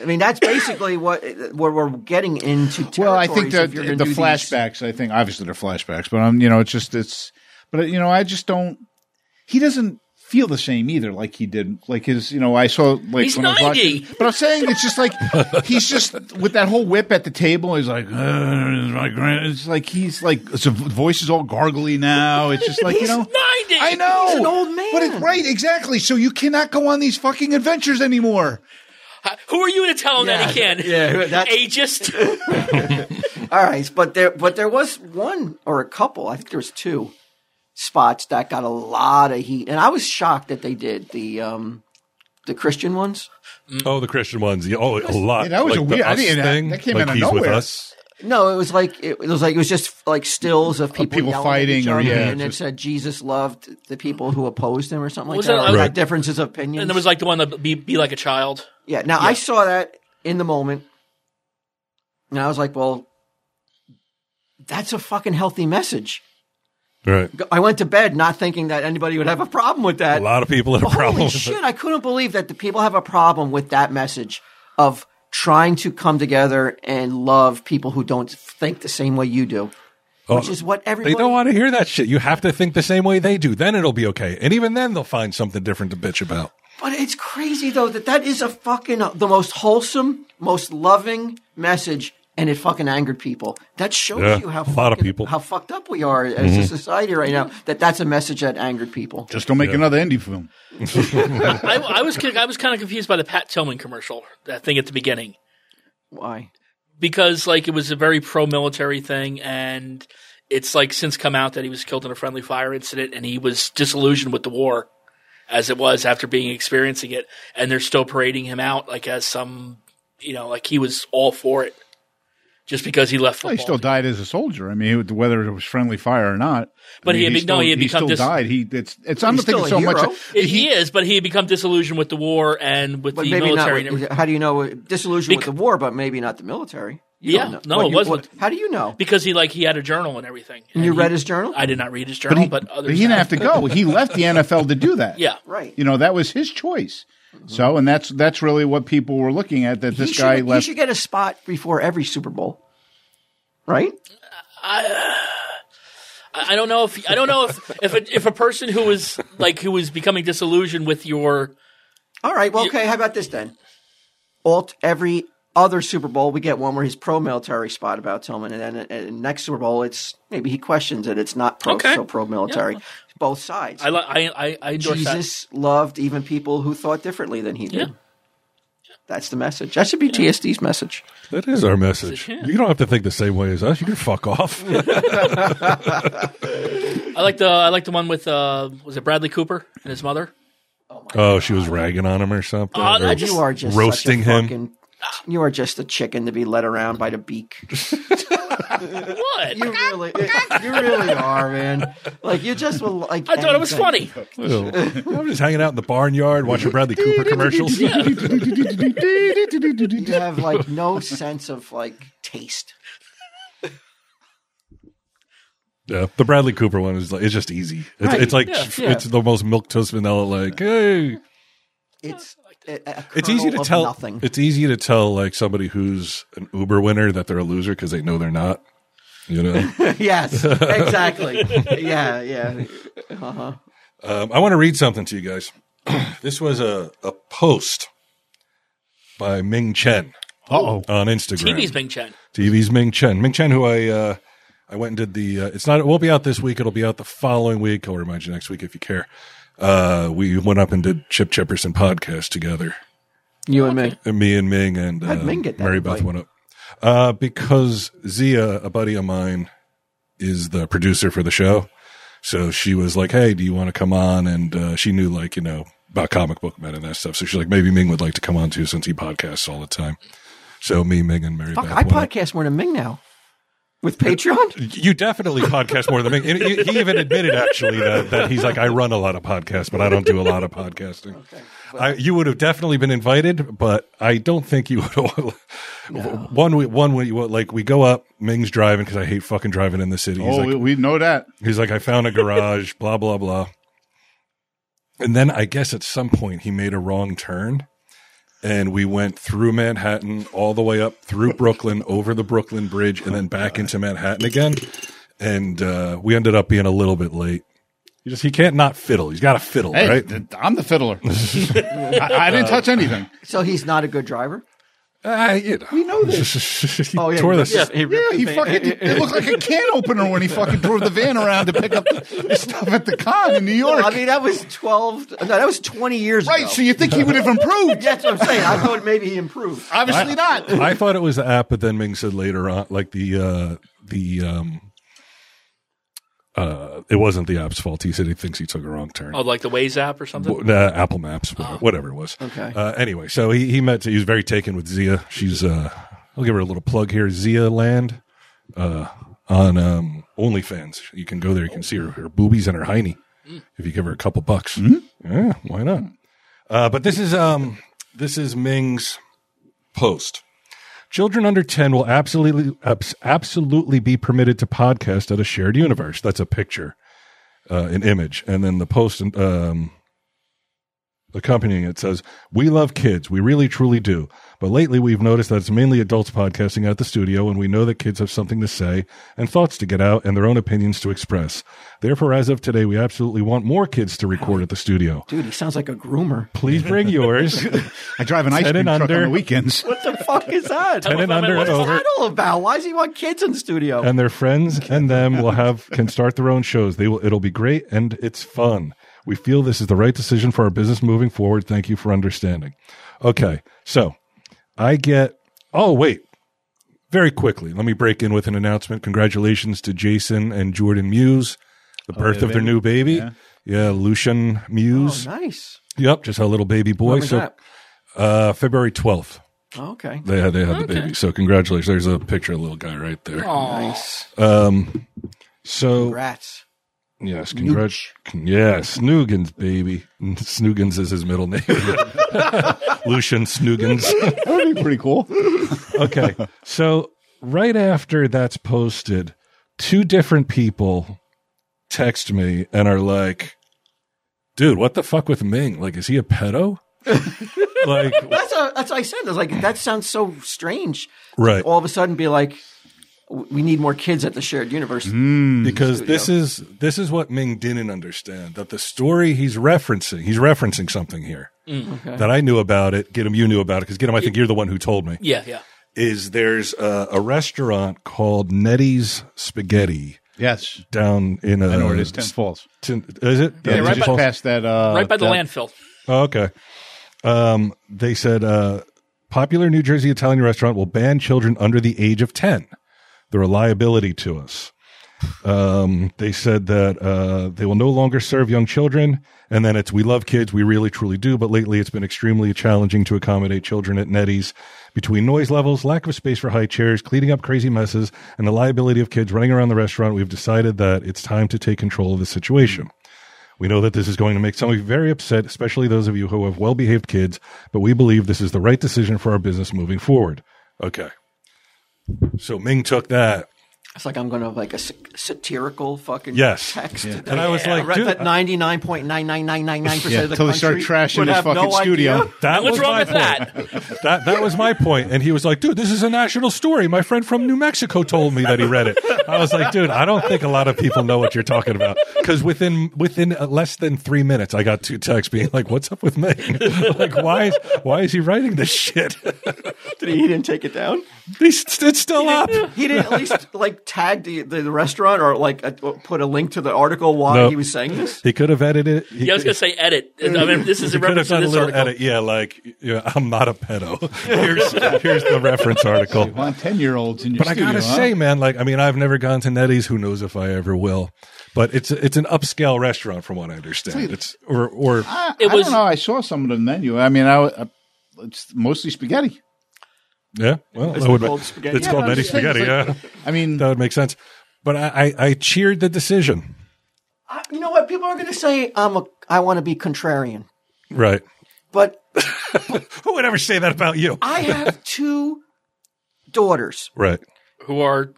I mean, that's basically what what we're getting into Well, I think territories the if you're gonna the do these- flashbacks. I think obviously they're flashbacks, but I'm you know it's just it's but you know I just don't. He doesn't feel the same either, like he did. Like his you know I saw like He's when I was watching. 90. But I'm saying it's just like he's just with that whole whip at the table. He's like, "Uh, my grand. It's like he's like his voice is all gargly now. It's just like you He's know 90. I know He's an old man. But it's right exactly. So you cannot go on these fucking adventures anymore. Who are you to tell him that he Yeah, can? yeah, that's- ageist. All right, but there but there was one or a couple. I think there was two spots that got a lot of heat, and I was shocked that they did the um the Christian ones. Oh, the Christian ones. Yeah, oh, a lot. Yeah, that was like a the weird- I us didn't- that- thing. that came like out of he's with nowhere. us. No, it was like it was like it was just like stills of people, people yelling at each fighting or, other, yeah, and it just- said Jesus loved the people who opposed him or something like Was that. that- or Right. had differences of opinion. and there was like the one that be, be like a child. yeah. Now I saw that in the moment, and I was like, well, that's a fucking healthy message. Right. I went to bed not thinking that anybody would have a problem with that. A lot of people had a But problem Holy with it. shit! I couldn't believe that the people have a problem with that message of trying to come together and love people who don't think the same way you do, Oh, which is what They everybody. don't want to hear that shit. You have to think the same way they do. Then it'll be okay. And even then, they'll find something different to bitch about. But it's uh, crazy though that that is a fucking the most wholesome, most loving message and it fucking angered people. That shows Yeah, you how a lot of fucking- people. Mm-hmm. how fucked up we are as a society right now. That that's a message that angered people. Just don't make another indie film. I, I was I was kind of confused by the Pat Tillman commercial, that thing at the beginning, Why? because like it was a very pro military thing, and it's like since come out that he was killed in a friendly fire incident, and he was disillusioned with the war as it was after being experiencing it, and they're still parading him out like as some you know like he was all for it just because he left Well, football. he still died as a soldier. I mean, he- whether it was friendly fire or not. I But mean, he had be- no, he had he become still dis- died. He it's it's. I'm He's not thinking still so a much. hero. he, he is, but he had become disillusioned with the war and with But the maybe military. and not. everything. With, how do you know disillusion Bec- with the war, but maybe not the military? You Yeah, don't know. no, What it you- wasn't. what- How do you know? because he like he had a journal and everything. And you he- read his journal? I did not read his But journal, he, but, but others he didn't have to go. He left the NFL to do that. Yeah, right. You know that was his choice. So and that's that's really what people were looking at. That this he guy should, left. He should get a spot before every Super Bowl, right? I I don't know if I don't know if if a, if a person who was like who was becoming disillusioned with your All right. Well, okay. How about this then? Alt every other Super Bowl, we get one where he's pro-military spot about Tillman, and then uh, uh, next Super Bowl, it's maybe he questions it. It's not pro, Okay. so pro-military. Both sides. I li- I I, I endorse Jesus loved even people who thought differently than he did. That's the message. That should be TSD's message. That is our message. You don't have to think the same way as us. You can fuck off. that. I like the I like the one with uh was it Bradley Cooper and his mother? oh, she was ragging on him or something. Uh, or- I just- You are just Roasting such a him. Fucking, you are just a chicken to be led around by the beak. What? You really, you really are, man. Like you just will like. I thought it was funny. Ew. I'm just hanging out in the barnyard watching Bradley Cooper commercials. You have like no sense of like taste. Yeah, the Bradley Cooper one is like it's just easy. It's, Right. it's like Yeah, yeah. it's the most milk toast vanilla. Like, hey, It's a, a it's easy to kernel of tell. nothing. It's easy to tell like somebody who's an Uber winner that they're a loser because they know they're not. You know, yes, exactly. yeah, yeah. um, I want to read something to you guys. this was a a post by Ming Chen oh, on Instagram. TV's Bing Chen. TV's Ming Chen. Ming Chen, who I uh, I went and did the. Uh, it's not. It won't be out this week. It'll be out the following week. I'll remind you next week if you care. Uh, we went up and did Chip Chipperson podcast together. You and me. And me and Ming and uh, How'd Ming get that Mary Beth invite? went up uh, because Zia, a buddy of mine, is the producer for the show. So she was like, "Hey, do you want to come on?" And uh, she knew like you know about comic book men and that stuff. So she's like, "Maybe Ming would like to come on too, since he podcasts all the time." So me, Ming, and Mary Fuck, Beth. I went up. podcast more than Ming now with Patreon. You definitely podcast more than me. And he he even admitted actually that, that he's like, I run a lot of podcasts, but I don't do a lot of podcasting. I, you would have definitely been invited, but I don't think you would. have- One, we, one, we, like we go up. Ming's driving because I hate fucking driving in the city. He's oh, like, we, we know that. He's like, I found a garage, blah, blah, blah. And then I guess at some point he made a wrong turn. And we went through Manhattan, all the way up through Brooklyn, over the Brooklyn Bridge, and then back into Manhattan again. And uh, we ended up being a little bit late. He just he can't not fiddle. He's got to fiddle, Hey, right? th- I'm the fiddler. I, I didn't touch anything. So he's not a good driver. Uh, you know. We know this. oh, yeah, tore this. Yeah. Yeah, he fucking it looked like a can opener when he fucking drove the van around to pick up the stuff at the con in New York. I mean, that was twelve. No, that was twenty years right, ago. so you think he would have improved? That's what I'm saying. I thought maybe he improved. Obviously not. I thought it was the app, but then Ming said later on, like the uh, the um, uh, it wasn't the app's fault. He said he thinks he took a wrong turn. Oh, like the Waze app or something. W- nah, Apple Maps, whatever, whatever it was. Okay. Uh, anyway, so he he met. He was very taken with Zia. She's. uh I'll give her a little plug here. Zia Land uh, on um, OnlyFans. You can go there. You can see her, her boobies and her hiney if you give her a couple bucks. Yeah, why not? Uh, but this is um, this is Ming's post. Children under 10 will absolutely abs- absolutely be permitted to podcast at a shared uh, universe. That's a picture, uh, an image. And then the post um, accompanying it says, We love kids. We really, truly do. But lately, we've noticed that it's mainly adults podcasting at the studio, and we know that kids have something to say and thoughts to get out and their own opinions to express. Therefore, as of today, we absolutely want more kids to record at the studio. Dude, he sounds like a groomer. Please bring yours. I drive an ice Ten cream and truck on under. the weekends. What the fuck is that? Ten and What's under and What's over. that all about? Why does he want kids in the studio? and their friends and them will have can start their own shows. They will it'll be great and it's fun. We feel this is the right decision for our business moving forward. Thank you for understanding. Okay. So, I get Oh, wait. Very quickly, let me break in with an announcement. Congratulations to Jason and Jordan Muse, the birth of their new baby. Yeah, Lucian oh, Muse. nice. Yep, just a little baby boy. What was So, that? uh, February 12th, Oh, okay. they had, they had the baby. So, congratulations. There's a picture of the little guy right there. Nice. Um, so, Rats. Yes, congrats. Yeah, Snoogans, baby. Snoogans is his middle name. Lucian Snoogans. That would be pretty cool. okay, so right after that's posted, two different people text me and are like, dude, what the fuck with Ming? Like, is he a pedo? like, That's, a, that's what I said. I was like, that sounds so strange. right. All of a sudden be like, we need more kids at the shared universe. because this is this is what Ming didn't understand that the story he's referencing he's referencing something here that I knew about it. Get him, you knew about it because get him. I think you're the one who told me. Yeah, yeah. Is there's a, a restaurant called Nettie's Spaghetti Yes. down in a I know where it is. Ten Falls. Tin- is it? Yeah, Uh, right Tin just Falls? past that. Uh, Right by the that- landfill. Oh, okay. Um, they said uh, popular New Jersey Italian restaurant will ban children under the age of 10. They're a liability to us. Um, they said that uh, they will no longer serve young children. And then it's, we love kids, we really truly do. But lately it's been extremely challenging to accommodate children at Nettie's between noise levels, lack of space for high chairs, cleaning up crazy messes, and the liability of kids running around the restaurant. We've decided that it's time to take control of the situation. We know that this is going to make some of you very upset, especially those of you who have well behaved kids, but we believe this is the right decision for our business moving forward. Okay. So Ming took that. It's like I'm going to have like a sa- satirical fucking Yes. text. And I was like, I read dude, that 99.99999% Yeah, of the until they start country trashing would this have fucking no studio. idea. that What's was wrong my with that? point. that? That was my point. And he was like, dude, this is a national story. My friend from New Mexico told me that he read it. I was like, dude, I don't think a lot of people know what you're talking about. Because within within uh, less than three minutes, I got two texts being like, what's up with Ming? like, why is, why is he writing this shit? Did he, he didn't take it down? He's- it's still up. He didn't at least like tag the, the, the restaurant or like uh put a link to the article why No. he was saying this. He could have edited it. He Yeah, I was could- gonna say edit. I mean, this is a he could have reference to done a this little article. edit. Yeah, like yeah, I'm not a pedo. Here's here's the reference You article. want ten year olds in your But I studio? gotta huh? say, man, like I mean, I've never gone to Nettie's. Who knows if I ever will? But it's it's an upscale restaurant, from what I understand. It's or or I, It I was- don't know. I saw some of the menu. I mean, I, I it's mostly spaghetti. yeah. Well, It's that would called ma- spaghetti. It's Yeah, called but I'm Nettie's just saying, spaghetti. it's Yeah, like- I mean, that would make sense. But I, I I cheered the decision. I- You know what? People are going to say I'm a I want to be contrarian, Right. but Who would ever say that about you? I have two daughters Right. Who are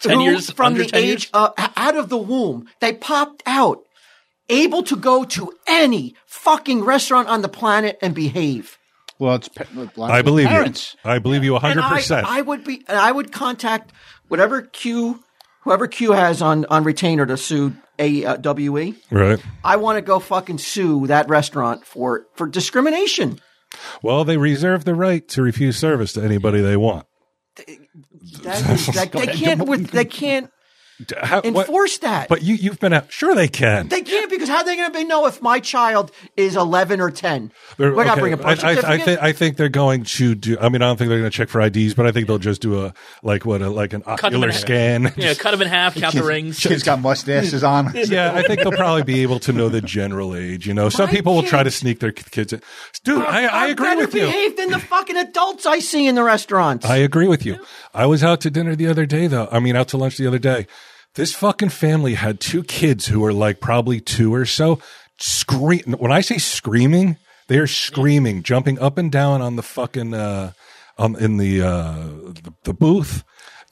ten who, years from under the 10 years? age uh, o- out of the womb. They popped out, able to go to any fucking restaurant on the planet and behave. well, it's pa- lots I of believe parents. you. I believe you And 100. I, percent I would be, and I would contact whatever Q, whoever Q has on on retainer to sue E, AWE. Right. I want to go fucking sue that restaurant for for discrimination. Well, they reserve the right to refuse service to anybody they want. That is, that, they can't with, they can't How- what- enforce that. But you, you've been out. Sure, they can. they can't because how are they going to know if my child is eleven or ten? They're- We're not okay, bringing a birth I, I, I, certificate. think, I think they're going to do. I mean, I don't think they're going to check for IDs, but I think they'll just do a like what, a, like an them ocular in half. scan. Yeah, cut them in half, count the rings. Kids got mustaches on. Yeah, I think they'll probably be able to know the general age. You know, some people will try to sneak their kids. in. Dude, I, I I'm agree better with you. behaved than the fucking adults I see in the restaurants. I agree with you. I was out to dinner the other day, though. I mean, out to lunch the other day. This fucking family had two kids who were like probably two or so. Scream. When I say screaming, they are screaming, jumping up and down on the fucking uh, um, in the uh, the, the booth.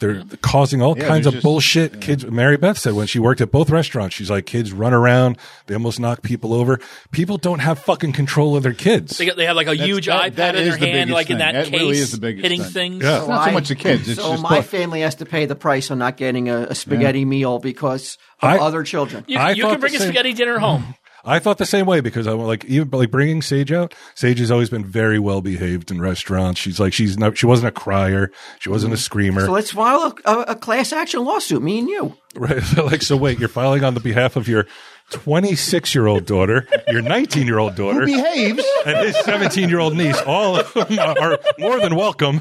They're causing all Yeah, kinds they're of just- bullshit. Kids, Mary Beth said when she worked at both restaurants, she's like, kids run around. They almost knock people over. People don't have fucking control of their kids. They, got, they have like a huge that- iPad that in is their the hand, biggest like thing. in that, That case, really is the biggest hitting thing. things. Yeah. It's not so I- much the kids. It's so just my both. family has to pay the price on not getting a, a spaghetti meal because of I- other children. You, I you thought can bring the a same- spaghetti dinner home. I thought the same way because I like even like bringing Sage out. Sage has always been very well behaved in restaurants. She's like she's not she wasn't a crier, she wasn't a screamer. So let's file a, a, a class action lawsuit, me and you. Right. So, like, so wait, you're filing on the behalf of your 26 year old daughter, your 19 year old daughter, behaves. and his 17 year old niece. All of whom are more than welcome.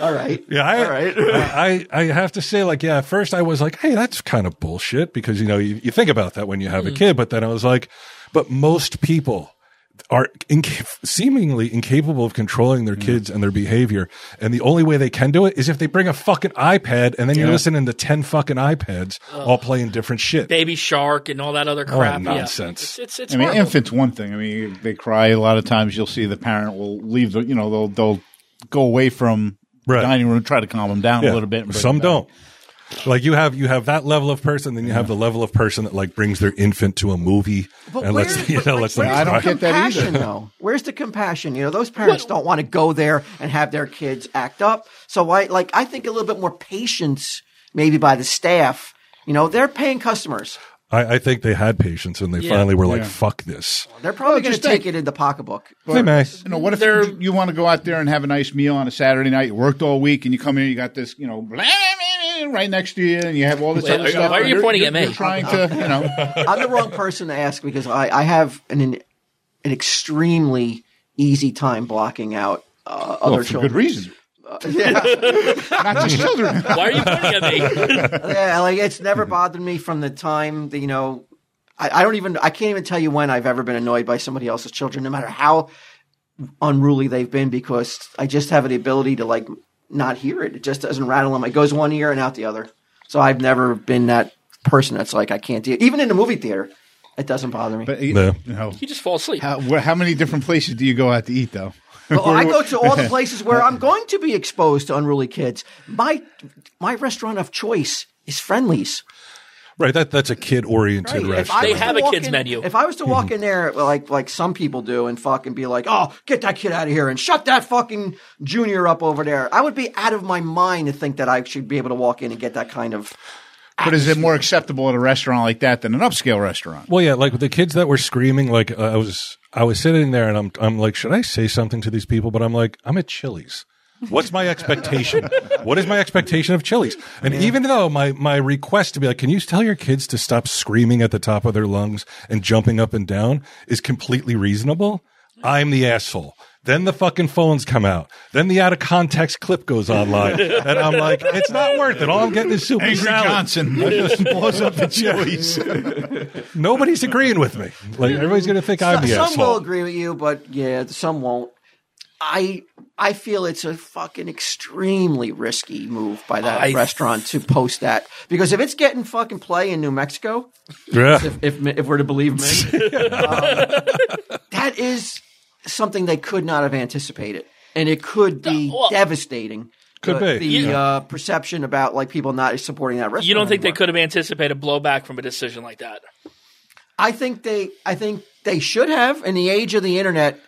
All right. Yeah, I, All right. I, I I have to say, like, yeah, at first I was like, hey, that's kind of bullshit because, you know, you, you think about that when you have Hmm. a kid. But then I was like, but most people are inca- seemingly incapable of controlling Hmm. their kids and their behavior. And the only way they can do it is if they bring a fucking iPad and then you're listening to 10 fucking iPads all playing different shit. Baby shark and all that other crap. Yeah. Oh, nonsense. It's, it's, it's I mean, horrible. infants one thing. I mean, they cry a lot of times. You'll see the parent will leave the, you know, they'll they'll go away from Right. the dining room, try to calm them down a Yeah. little bit. and bring Some them back. don't. Like you have you have that level of person, then you have the level of person that like brings their infant to a movie and where- lets you know lets them. where's I don't cry. get that either. compassion, though. Where's the compassion? You know, those parents don't want to go there and have their kids act up. So I like I think a little bit more patience maybe by the staff. You know, they're paying customers. I, I think they had patience and they Yeah. finally were like, "Fuck this." They're probably going to just take think- it in the pocketbook. Hey, Max. You know, what if They're- you, you want to go out there and have a nice meal on a Saturday night? You worked all week, and you come in, you got this, you know, blah, blah, blah, right next to you, and you have all this Wait, other why stuff. are you You're- pointing at you're- me? You're trying to, you know, I'm the wrong person to ask because I, I have an an extremely easy time blocking out uh, other well, for children. good reason. Not just children. Why are you pointing at me? yeah, like it's never bothered me from the time that you know. I, I don't even. I can't even tell you when I've ever been annoyed by somebody else's children, no matter how unruly they've been, because I just have the ability to like not hear it. It just doesn't rattle them. It goes one ear and out the other. So I've never been that person that's like I can't deal. Even in the movie theater, it doesn't bother me. But, you No. know, You just fall asleep. how, wh- how many different places do you go out to eat, though? Well, I go to all the places where I'm going to be exposed to unruly kids. My my restaurant of choice is Friendlies. Right, that that's a kid oriented Right. If I restaurant. They was to have a walk kids in- menu. If I was to walk in there like like some people do and fucking be like, "Oh, get that kid out of here and shut that fucking junior up over there," I would be out of my mind to think that I should be able to walk in and get that kind of. But is it more acceptable at a restaurant like that than an upscale restaurant? Well, yeah, like the kids that were screaming, like uh, I was, I was sitting there, and I'm, I'm like, should I say something to these people? But I'm like, I'm at Chili's. What's my expectation? what is my expectation of Chili's? And even though my my request to be like, can you tell your kids to stop screaming at the top of their lungs and jumping up and down is completely reasonable, I'm the asshole. Then the fucking phones come out. Then the out of context clip goes online, and I'm like, it's not worth it. All I'm getting is soup and Angry salad. Johnson just blows up the Chili's. Nobody's agreeing with me. Like everybody's going to think I'm the some asshole. will agree with you, but yeah, some won't. I I feel it's a fucking extremely risky move by that I- restaurant to post that because if it's getting fucking play in New Mexico, Yeah. if if we're to believe men. um, that is something they could not have anticipated, and it could be well- devastating. Could the, be. the uh, perception about like people not supporting that restaurant. You don't think they anymore. could have anticipated blowback from a decision like that? I think they. I think they should have. In the age of the internet,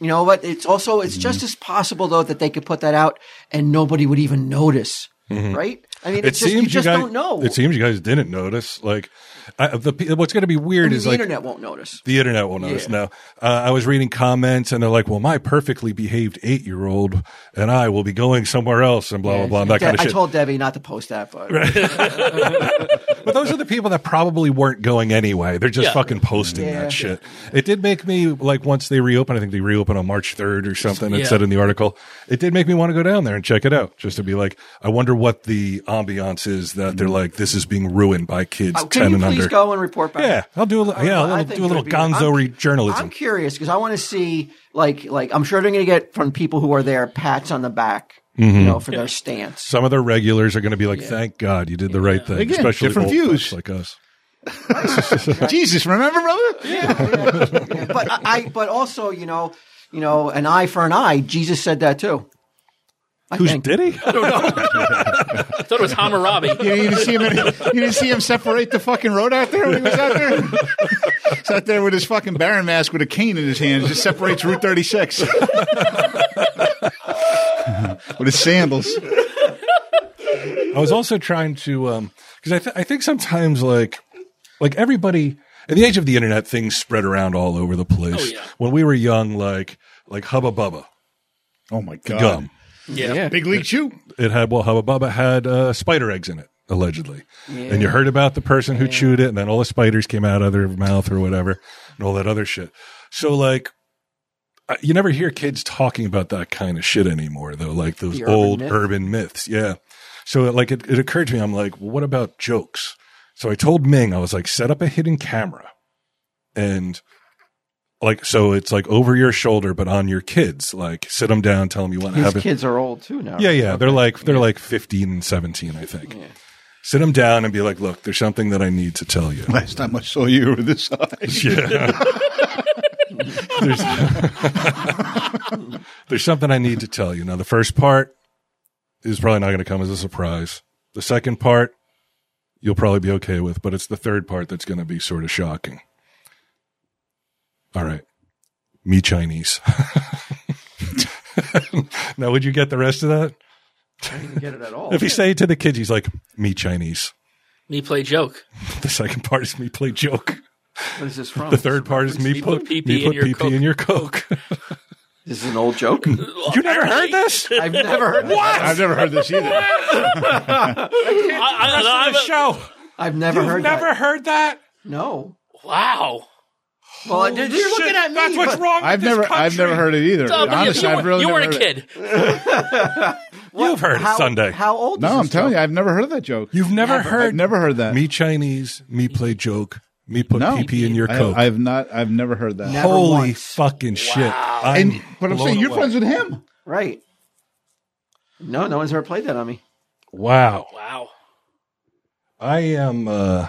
you know what? It's also Mm-hmm. it's just as possible though that they could put that out and nobody would even notice, Mm-hmm. right? I mean, it's just, you just guys, don't know. It seems you guys didn't notice. Like, I, the pe- what's going to be weird I mean, is the like internet won't notice. the internet will notice now. Uh, I was reading comments and they're like, "Well, my perfectly behaved eight year old and I will be going somewhere else," and blah blah blah, and that De- kind of I shit. told Debbie not to post that, but but those are the people that probably weren't going anyway. They're just Yeah. fucking posting that shit. It did make me like once they reopen. I think they reopen on March third or something. It Yeah. said in the article. It did make me want to go down there and check it out just to be like, I wonder what the ambiance is that Mm-hmm. they're like. This is being ruined by kids Oh, ten can you and please under. go and report back? Yeah, I'll do a, li- yeah, I I'll think do a it little would be- gonzo re- I'm journalism. curious because I want to see like like I'm sure they're going to get from people who are there pats on the back, Mm-hmm. you know, for their stance. Some of the regulars are going to be like, "Thank God you did the right thing," Again, especially different old views. folks like us. Jesus, remember, brother? But I, I but also you know you know an eye for an eye. Jesus said that too. I Who's think. Diddy? I thought it was Hammurabi. You didn't see him. In, you didn't see him separate the fucking road out there when he was out there. He's out there with his fucking Baron mask with a cane in his hand. Just separates Route 36 with his sandals. I was also trying to um 'cause because I, th- I think sometimes like like everybody in the age of the internet things spread around all over the place. Oh, yeah. When we were young, like like Hubba Bubba Oh my god! gum, Yeah. Big league chew. it had well Hubba Bubba had uh, spider eggs in it allegedly, and you heard about the person who chewed it, and then all the spiders came out of their mouth or whatever, and all that other shit. So like. I- You never hear kids talking about that kind of shit anymore, though. Like those The urban old myth. urban myths, yeah. So like it, it occurred to me, I'm like, well, what about jokes? So I told Ming, I was like, set up a hidden camera, and like so it's like over your shoulder but on your kids. Like sit them down, tell them you want to His have it. kids are old too now. Yeah, right? yeah. They're like they're like 15 and 17, I think. Sit them down and be like, "Look, there's something that I need to tell you." Last time I saw you, you were this size. There's, there's something I need to tell you. Now, the first part is probably not going to come as a surprise. The second part you'll probably be okay with, but it's the third part that's going to be sort of shocking. All right. Me Chinese. now, would you get the rest of that? I didn't get it at all. If you say it to the kids, he's like, me Chinese. Me play joke. The second part is me play joke. What is this from? The third part is me Me put, put pee-pee me in put your pee pee in Coke. your Coke. This is an old joke. you never heard this? I've never heard. What? I've never heard this either. I, I, I, The show. I've never heard. Never That. heard that? No. wow. Well, you're you're looking Shit, at me. That's what's but wrong. I've with this never, I've country. never heard it either. Dub, you- Honestly, you, I've were- really you were never a heard it. kid. You've heard How, it Sunday. How old? No, I'm telling you, I've never heard of that joke. You've never I've heard never heard that. me Chinese, me play joke, me put No. pee pee in your I, Coke. I've not. I've never heard that. Never Holy once. fucking shit. I'm And but I'm blown saying you're away. friends with him. Right. No, no one's ever played that on me. Wow. Wow. I am, uh,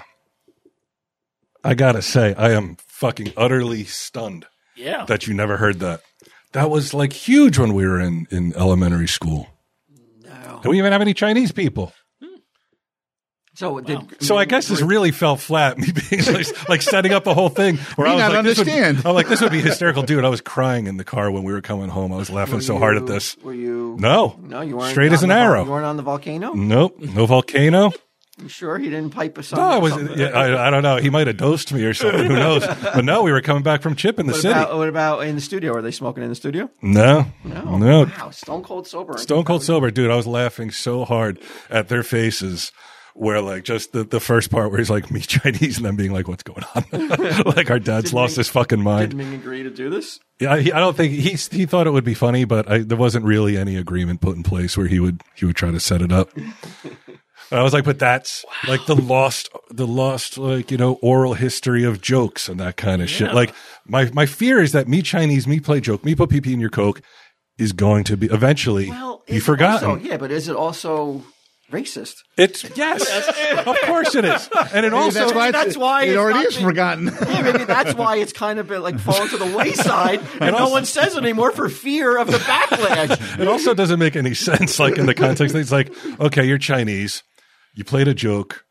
I gotta say, I am fucking utterly stunned Yeah. that you never heard that. That was like huge when we were in, in elementary school. No. And we even have any Chinese people. So did So I guess this really fell flat. Me being like, like setting up the whole thing. Where Me I was not like, this would- understand. I'm like, this would be hysterical, dude. I was crying in the car when we were coming home. I was laughing so hard at this. Were you? No, No, you weren't. Straight on as an the vol- arrow. Mm. You weren't on the volcano. Nope, no volcano. You sure he didn't pipe us? No, I was. Yeah, I, I don't know. He might have dosed me or something. Who knows? But no, we were coming back from Chip in the What city. about, what about in the studio? Were they smoking in the studio? no, No. no. Wow, stone cold sober. Stone Cold Sober, dude. I was laughing so hard at their faces. Where like just the, the first part where he's like me Chinese and them being like what's going on like our dad's lost they- his fucking mind Did Ming agree to do this? Yeah, he, I don't think he he thought it would be funny, but I, there wasn't really any agreement put in place where he would he would try to set it up. I was like, but that's like the lost the lost like you know oral history of jokes and that kind of shit. Like my my fear is that me Chinese me play joke me put pee pee in your coke is going to be eventually Well, be it's forgotten. also- yeah, but is it also racist? It's yes, of course it is, and it also that's why it it's already not is being- forgotten. Yeah, maybe that's why it's kind of been like fallen to the wayside, and no one says it anymore for fear of the backlash. It also doesn't make any sense, like in the context. It's like, okay, you're Chinese, you played a joke,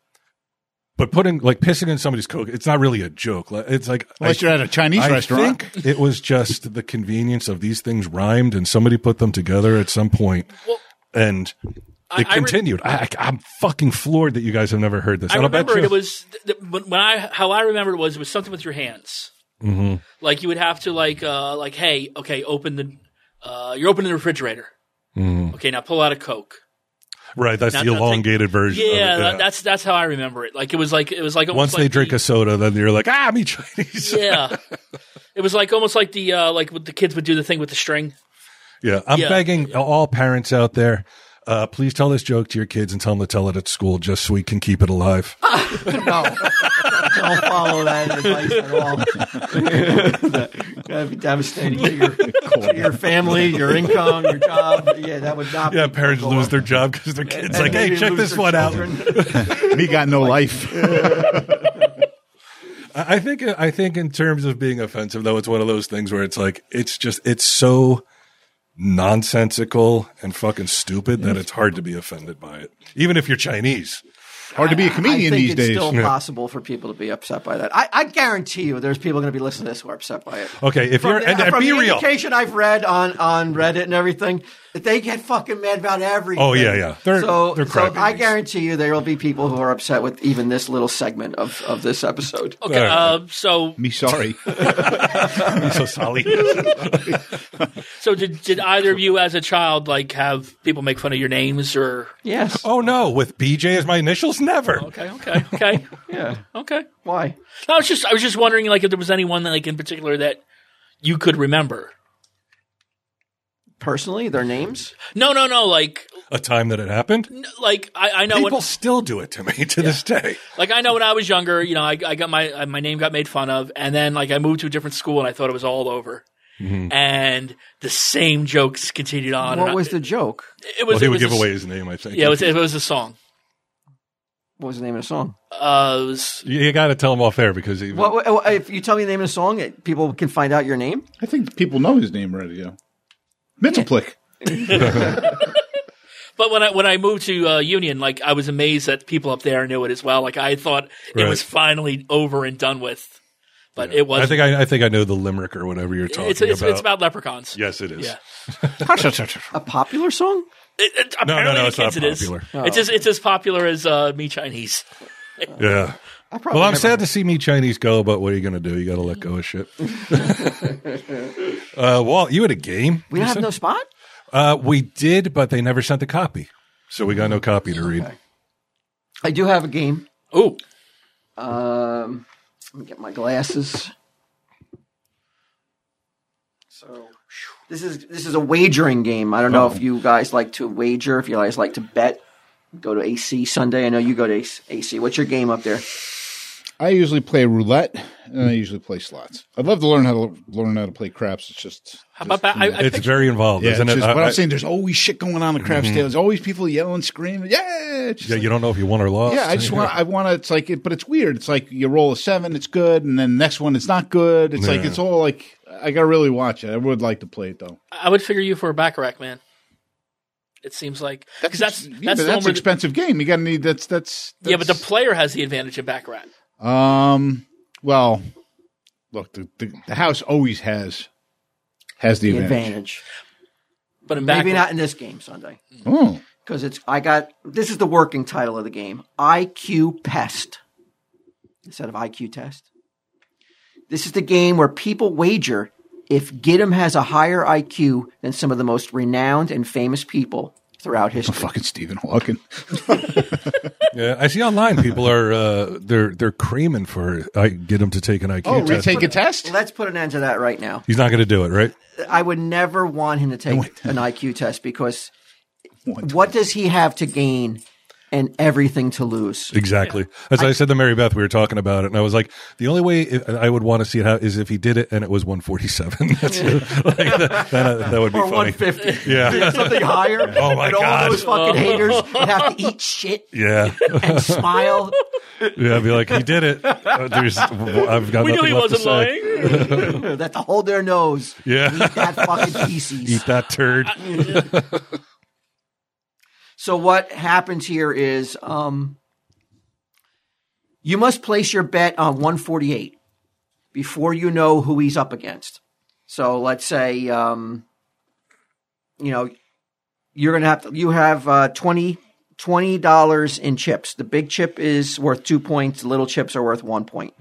but putting like pissing in somebody's coke, it's not really a joke. Like, It's like Unless you're at a Chinese I restaurant. think it was just the convenience of these things rhymed and somebody put them together at some point, and it I re- continued. I, I, am fucking floored that you guys have never heard this. I And I'll bet remember it, you- it was th- th- when when I how I remember it was it was something with your hands. Mm-hmm. Like you would have to like uh like hey okay open the uh you're opening the refrigerator. Mm-hmm. Okay, now pull out a Coke. right. That's not- the not take- elongated version. Yeah, of it, That, that's that's how I remember it. Like it was like it was like once almost they like drink the- a soda, then you're like, ah, me Chinese. yeah. It was like almost like the uh, like what the kids would do the thing with the string. Yeah, I'm Yeah. begging all parents out there. Uh, please tell this joke to your kids and tell them to tell it at school just so we can keep it alive. No, don't follow that advice at all. That'd be devastating to your, to your family, your income, your job. Yeah, that would not. Yeah, be parents cool. lose their job because their kids like, hey, Maybe check lose this their one out. children. he got no life. I I think I think in terms of being offensive though, it's one of those things where it's like it's just it's so nonsensical and fucking stupid that it's hard to be offended by it, even if you're Chinese. Hard to be a comedian I think these it's days. still possible for people to be upset by that. I, I guarantee you, there's people going to be listening to this who are upset by it. Okay, if From you're the, and, and from be the real. indication I've read on, on Reddit and everything, that they get fucking mad about everything. Oh, yeah, yeah. They're- so they're so I crybabies. guarantee you there will be people who are upset with even this little segment of, of this episode. Okay, All right. uh, so Me sorry. I'm so sorry. so did did either of you as a child like have people make fun of your names or Yes. oh no, with BJ as my initials, never. okay, okay, okay, Yeah. okay. Why? No, I was just I was just wondering like if there was anyone that, like in particular that you could remember. Personally, their names? No, no, no. Like A time that it happened. like I, I know People when, still do it to me to this day. like I know when I was younger, you know, I, I got my I- my name got made fun of, and then like I moved to a different school and I thought it was all over. Mm-hmm. And the same jokes continued on. and What I- was the joke? It was Well, he it would was give a s- away his name, I think. Yeah, it was, it was a song. What was the name of the song? Uh, it was- you, got to tell him off air because he. What, what- if you tell me the name of the song, it- people can find out your name? I think people know his name already. Yeah. Mitzelplick. but when I when I moved to uh, Union, like I was amazed that people up there knew it as well. Like I thought it Right. was finally over and done with, but it wasn't. I think I, I think I know the limerick or whatever you're talking it's, it's, about. it's about leprechauns. yes, it is. Yeah. A popular song? It, it, no, apparently no, the it's not kids it is. popular. It's as it's as popular as uh, me Chinese. Yeah. I probably Well, I'm never- sad to see me Chinese go, but what are you going to do? You got to let go of shit. uh, Walt, you had a game. We don't have no spot? Uh, we did, but they never sent a copy, so we got no copy to read. I do have a game. Ooh, Um, let me get my glasses. So this is this is a wagering game. I don't know if you guys like to wager. If you guys like to bet, go to AC Sunday. I know you go to AC. What's your game up there? I usually play roulette, and I usually play slots. I'd love to learn how to learn how to play craps. It's just how about that? I, I It's picture- very involved, yeah, isn't it's Mm-hmm. it? just I- what I- I'm saying. There's always shit going on in the craps table. There's always people yelling, screaming. Yeah, it's just yeah, you don't know if you won or lost. Yeah, I just want. I want to. It's like, it, but it's weird. It's like you roll a seven, it's good, and then next one, it's not good. It's like Yeah. it's all like I gotta really watch it. I would like to play it though. I would figure you for a bacharach man. It seems like because that's Yeah, that's, but the one an where the, expensive game. You gotta need that's that's, that's yeah, but the player has the advantage in baccarat. um. Well, look, the, the, the house always has has the, The advantage. advantage. But in Maybe baccarat, not in this game Sunday Oh, because it's I got this is the working title of the game IQ Pest instead of IQ Test. This is the game where people wager if Gidim has a higher IQ than some of the most renowned and famous people throughout history. fucking Stephen Hawking. Yeah, I see online people are uh, they're they're creaming for. I get him to take an IQ Oh, test. retake a test. Let's put an end to that right now. He's not going to do it, right? I would never want him to take an IQ test because what does he have to gain and everything to lose? Exactly. As I, said to Mary Beth, we were talking about it, and I was like, the only way i- I would want to see it how is if he did it and it was 147. That's it. Like, that, that, that would be Or funny. 150. Yeah. Something higher. Oh, my and all God. those fucking haters would have to eat shit Yeah. and smile. Yeah. I'd be like, he did it. Uh, There's, I've got we knew nothing he left to wasn't say. lying. They have to hold their nose. Yeah. Eat that fucking feces. Eat that turd. So what happens here is um, you must place your bet on 148 before you know who he's up against. So let's say um, you know you're gonna have to you have uh, 20 dollars in chips. The big chip is worth two points. The little chips are worth one point.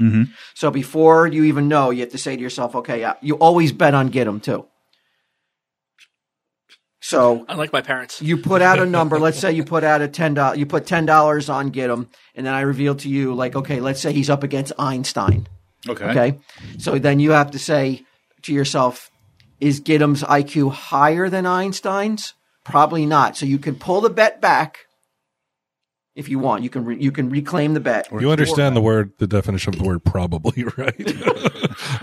So before you even know, you have to say to yourself, "Okay, uh, you always bet on get him too." So Unlike my parents. you put out a number. let's say you put out a ten dollars. You put ten dollars on get him, and then I reveal to you like, okay, let's say he's up against Einstein. Okay. Okay, so then you have to say to yourself, is Giddim's IQ higher than Einstein's? Probably not. So you can pull the bet back if you want. You can re- you can reclaim the bet. You understand the word, the definition of the word probably, right?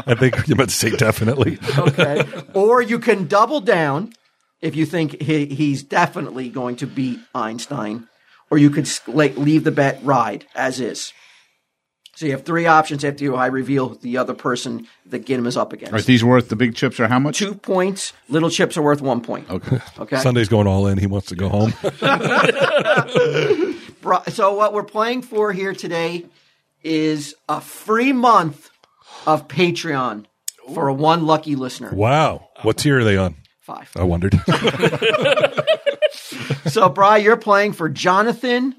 I think you meant to say definitely. okay, or you can double down if you think he, he's definitely going to beat Einstein, or you could s- like leave the bet ride as is. So you have three options after you I reveal the other person the Ginnam is up against. Are these worth the big chips or how much? Two points. Little chips are worth one point. Okay. Okay. Sunday's going all in. He wants to go home. Bro- So what we're playing for here today is a free month of Patreon for one lucky listener. wow. What tier are they on? Five. I wondered. So, Bry, you're playing for Jonathan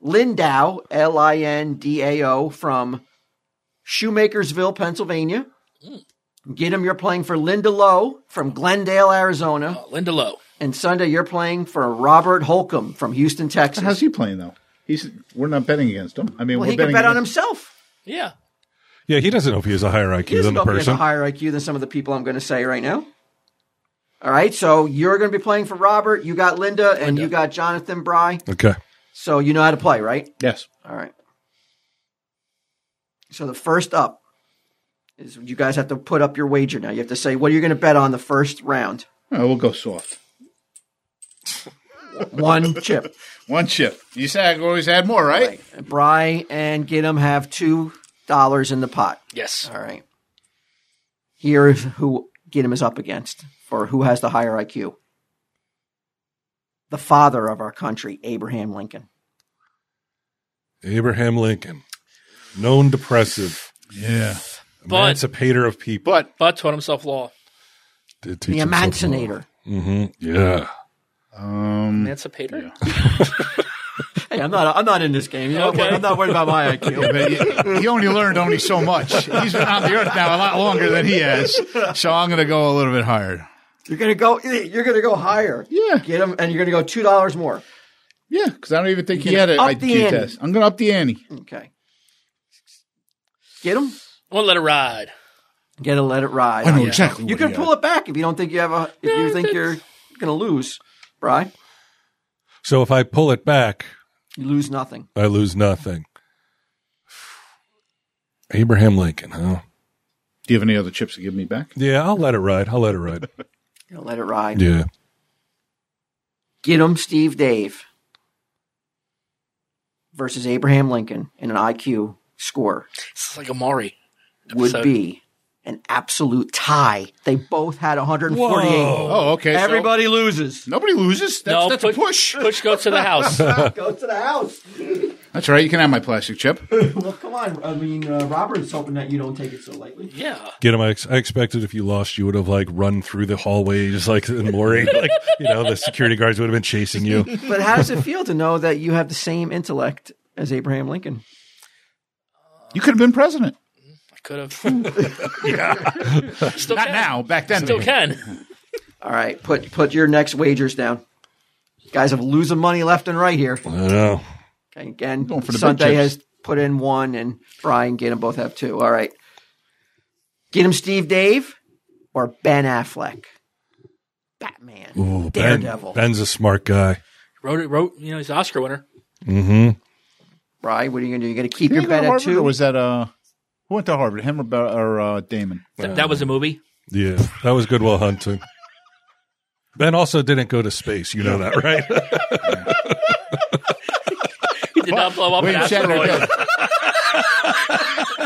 Lindau, L I N D A O, from Shoemakersville, Pennsylvania. Mm. Get him, you're playing for Linda Lowe from Glendale, Oh. Arizona. Linda Lowe. And Sunday, you're playing for Robert Holcomb from Houston, Texas. How's he playing though? He's we're not betting against him. I mean, well, we're he can betting bet on against- himself. Yeah. yeah, he doesn't know if he has a higher IQ He doesn't than know the if he has a person. higher IQ than some of the people I'm going to say right now. All right, so you're going to be playing for Robert. You got Linda, and you got Jonathan Bry. okay. So you know how to play, right? Yes. All right. So the first up is you guys have to put up your wager now. You have to say what are you going to bet on the first round? Oh, we'll go soft. One chip. One chip. You say I can always add more, right? Bry and Ginnam have two dollars in the pot. Yes. All right. Here is who Ginnam is up against for who has the higher IQ. The father of our country, Abraham Lincoln. Abraham Lincoln, known depressive, Yeah. But- emancipator of people. But But taught himself law. Did teach The himself a lot. Mm-hmm. Emancinator. Yeah. um, Emancipator? Hey, I'm not I'm not in this game. You know, Okay. I'm not worried about my IQ. but he, he only learned only so much. He's been on the earth now a lot longer than he has. So I'm going to go a little bit higher. You're gonna go. You're gonna go higher. Yeah. Get him, and you're gonna go two dollars more. Yeah, because I don't even think he had an up IQ the ante. test. I'm going to up the ante. Okay. Get him. Well, let it ride. Get a let it ride. Oh, I know exactly. You what can he pull it back if you don't think you have a. If you think you're gonna lose, Bry, So if I pull it back, you lose nothing. I lose nothing. Abraham Lincoln, huh? Do you have any other chips to give me back? Yeah, I'll let it ride. I'll let it ride. You're gonna let it ride. Yeah. Get him, Steve Dave. Versus Abraham Lincoln in an IQ score It's like Amari. would So- be an absolute tie. They both had 148. Whoa. Oh, okay. so Everybody loses. nobody loses. That's, no, that's push, a push. Push goes to the house. Go to the house. That's right. You can have my plastic chip. Well, come on. I mean, uh, Robert's hoping that you don't take it so lightly. yeah. Get him. I, ex- I expected if you lost, you would have like run through the hallways like in Lori. like, you know, the security guards would have been chasing you. But how does it feel to know that you have the same intellect as Abraham Lincoln? You could have been president. I could have. Still Not can. now. Back then. Still maybe. can. All right, put put your next wagers down. You guys have losing money left and right here. I don't know. Okay, again, Going for the big Sunday chips. has put in one, and Brian Get him both have two. All right, get him Steve Dave or Ben Affleck, Batman, Ooh, Oh, ben, Daredevil. Ben's a smart guy. Wrote it. Wrote. You know, he's an Oscar winner. Brian, what are you gonna do? You gonna keep your Did he go bet at to Harvard, two? or was that uh, who went to Harvard? Him or, Ba- or uh, Damon? Th- that was a movie. Yeah, that was Goodwill Hunting. Ben also didn't go to space. You know that, right? He did not blow up an William Shatner asteroid.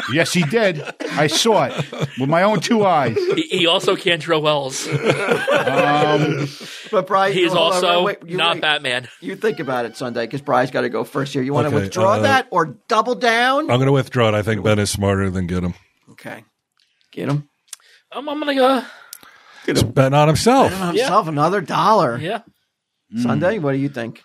did. yes, he did. I saw it with my own two eyes. He, he also can't drill wells. Um, But Brian, He is hold on, also wait, wait, you- not wait. Batman. You think about it Sunday because Bry's got to go first here. You want to Okay, withdraw uh, that or double down? I'm going to withdraw it. I think Ben is smarter than get him. okay. Get him. I'm, I'm gonna go. It's Ben on himself. Himself another dollar. Yeah. Sunday, what do you think?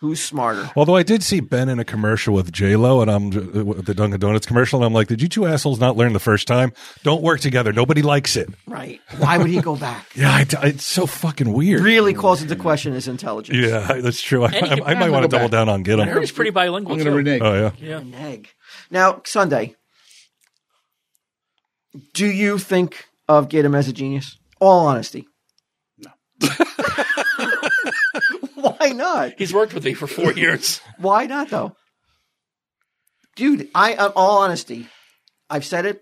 Who's smarter? Although I did see Ben in a commercial with J Lo, and I'm the Dunkin' Donuts commercial, and I'm like, did you two assholes not learn the first time? Don't work together. Nobody likes it. Right. Why would he go back? Yeah, I, it's so fucking weird. really calls into question his intelligence. Yeah, that's true. I, And he I, I can might want to go double back. down on get I heard him. he's pretty bilingual I'm going too. to renege. Oh yeah. Yeah. An egg. Now, Sunday, do you think of Get him as a genius? All honesty. No. Why not? He's worked with me for four years. Why not though? Dude, I am all honesty. I've said it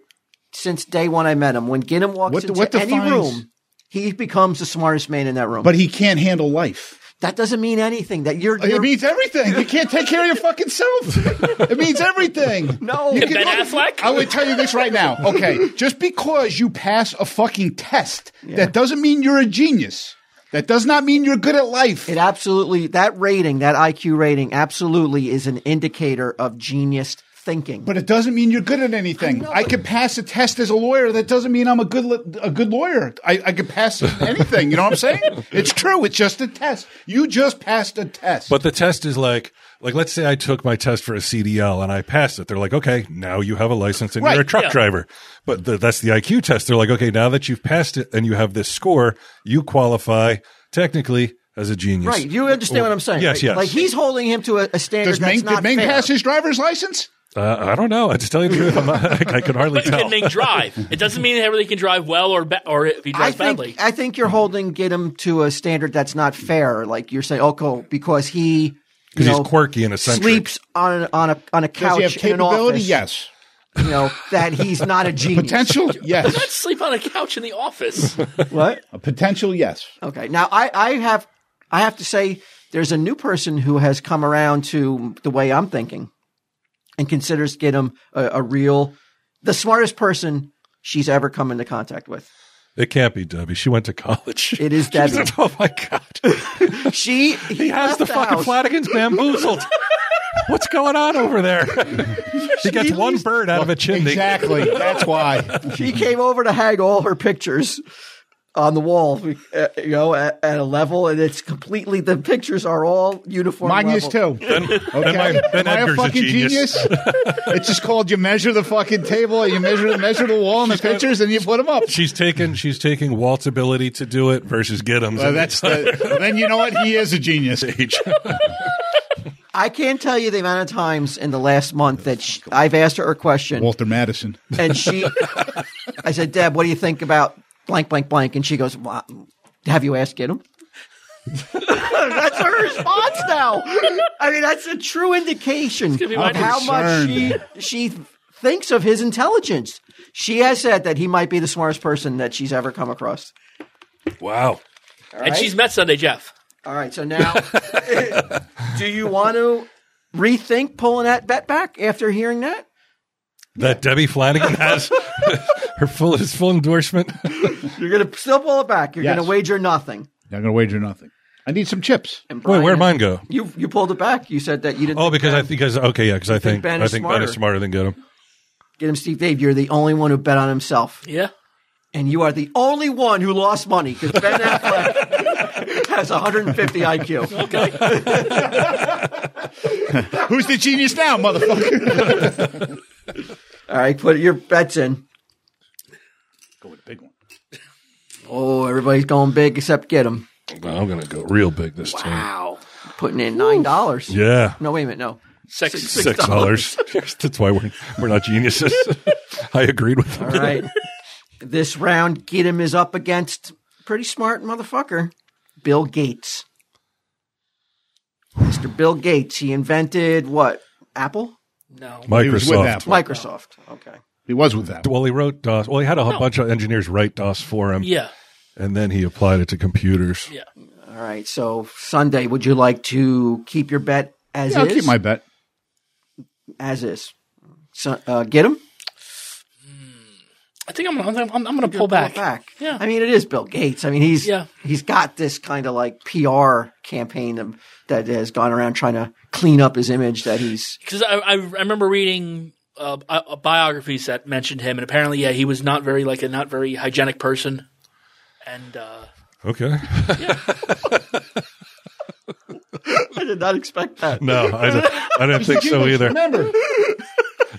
since day one I met him. When Ginham walks What- into what any defines- room, he becomes the smartest man in that room. But he can't handle life. That doesn't mean anything. That you're, you're It means everything. You can't take care of your fucking self. It means everything. No. You And can- Ben Affleck? I would tell you this right now. Okay, just because you pass a fucking test, that doesn't mean you're a genius. That does not mean you're good at life. it absolutely that rating, that IQ rating, absolutely is an indicator of genius thinking. but it doesn't mean you're good at anything. I could pass a test as a lawyer. That doesn't mean I'm a good li- a good lawyer. I, I could pass anything. You know what I'm saying? It's true. It's just a test. You just passed a test. But the test is like, like let's say I took my test for a CDL and I passed it. They're like, okay, now you have a license and Right, you're a truck yeah. driver. But the, that's the IQ test. They're like, okay, now that you've passed it and you have this score, you qualify technically as a genius. right, you understand what I'm saying? Yes, right? yes. Like he's holding him to a, a standard does that's Ming, not did Ming fair. pass his driver's license? Uh, I don't know. I just tell you the truth. I'm not, I, I can hardly But tell. can they drive? It doesn't mean everybody can drive well or ba- or if he I drives badly. think I think you're holding get him to a standard that's not fair. Like you're saying, oh, cool, because he 'Cause you he's know, quirky and eccentric. sleeps on on a on a couch Does he have in an capability? office. Yes. you know that he's not a genius. Potential? Yes. Let's sleep on a couch in the office. What? A potential? Yes. Okay. Now I, I have I have to say there's a new person who has come around to the way I'm thinking and considers Gidim a, a real the smartest person she's ever come into contact with. It can't be Debbie. She went to college. It is She's- Debbie. oh my god. She He has left the fucking house. Flanagan's bamboozled. What's going on over there? He gets one bird out of a chimney. Exactly. That's why. She came over to hang all her pictures on the wall, uh, you know, at, at a level, and it's completely the pictures are all uniform. Mine is level. too. okay. my- then Am I a Edgar's a fucking genius. genius? it's just called you measure the fucking table, you measure measure the wall and the pictures, and you put them up. She's taking she's taking Walt's ability to do it versus Giddum's. Well, that's the, then you know what he is a genius. age. I can't tell you the amount of times in the last month that sh I've asked her a question. Walter Madison. and she i said deb what do you think about blank blank blank and she goes "Wha- have you asked him that's her response now i mean that's a true indication gonna be of my how much she she thinks of his intelligence she has said that he might be the smartest person that she's ever come across wow. and she's met Sunday Jeff. all right so now do you want to rethink pulling that bet back after hearing that That Debbie Flanagan has her full his full endorsement. you're gonna still pull it back you're Yes. gonna wager nothing Not gonna wager nothing. I need some chips. and Wait, where'd Brian- mine go? You you pulled it back. You said that you didn't. Oh, because I think because okay, yeah, because I think Ben I is think Ben smarter. is smarter than Giddum. get him, Steve Dave. You're the only one who bet on himself, Yeah. and you are the only one who lost money because Ben Affleck has 150 IQ. Who's the genius now, motherfucker? All right, put your bets in. Go with a big one. Oh, everybody's going big except get him. Well, I'm gonna go real big this time. Wow, putting in nine dollars. Yeah. No, wait a minute. No, Sex. Six dollars. That's why we're we're not geniuses. I agreed with him. All right. this round, get him is up against pretty smart motherfucker, Bill Gates. Mr. Bill Gates. He invented what? Apple. No. He was with Microsoft. Apple. Microsoft. Okay. He was with Apple. Well, he wrote DOS. Well, he had a whole bunch of engineers write DOS for him, Yeah. and then he applied it to computers. Yeah. All right. So Sunday, would you like to keep your bet as Yeah, I'll is? keep my bet. as is. So, uh, get him. I think I'm gonna I'm, I'm gonna pull back. Yeah. I mean, it is Bill Gates. I mean, he's Yeah. he's got this kind of like PR campaign that, that has gone around trying to clean up his image. That he's because I, I I remember reading uh, bi- uh, biographies that mentioned him, and apparently, yeah, he was not very like a not very hygienic person, and uh, Okay. I did not expect that. No, I, don't- I didn't think so either. Remember,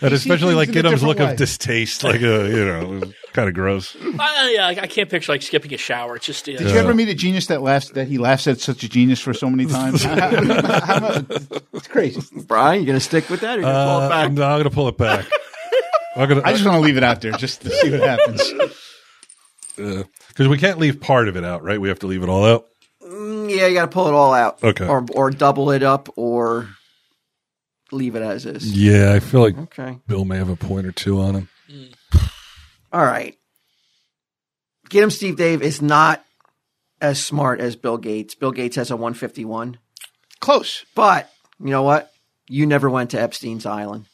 And especially things like in a Giddum's different look way. of distaste, like a you know, kind of gross. I, yeah, I, I can't picture like skipping a shower. It's just yeah. did you ever meet a genius that laughs that he laughs at such a genius for so many times? How much- it's crazy. Brian, you gonna stick with that or you gonna pull Uh, it back? no, I'm gonna pull it back. I'm gonna I just want to leave it out there just to see what happens. because uh, we can't leave part of it out, right? We have to leave it all out. Yeah, you gotta pull it all out. Okay. Or or double it up or leave it as is. Yeah, I feel like Okay. Bill may have a point or two on him. All right. Get him, Steve Dave is not as smart as Bill Gates. Bill Gates has a 151. Close. But you know what? You never went to Epstein's Island.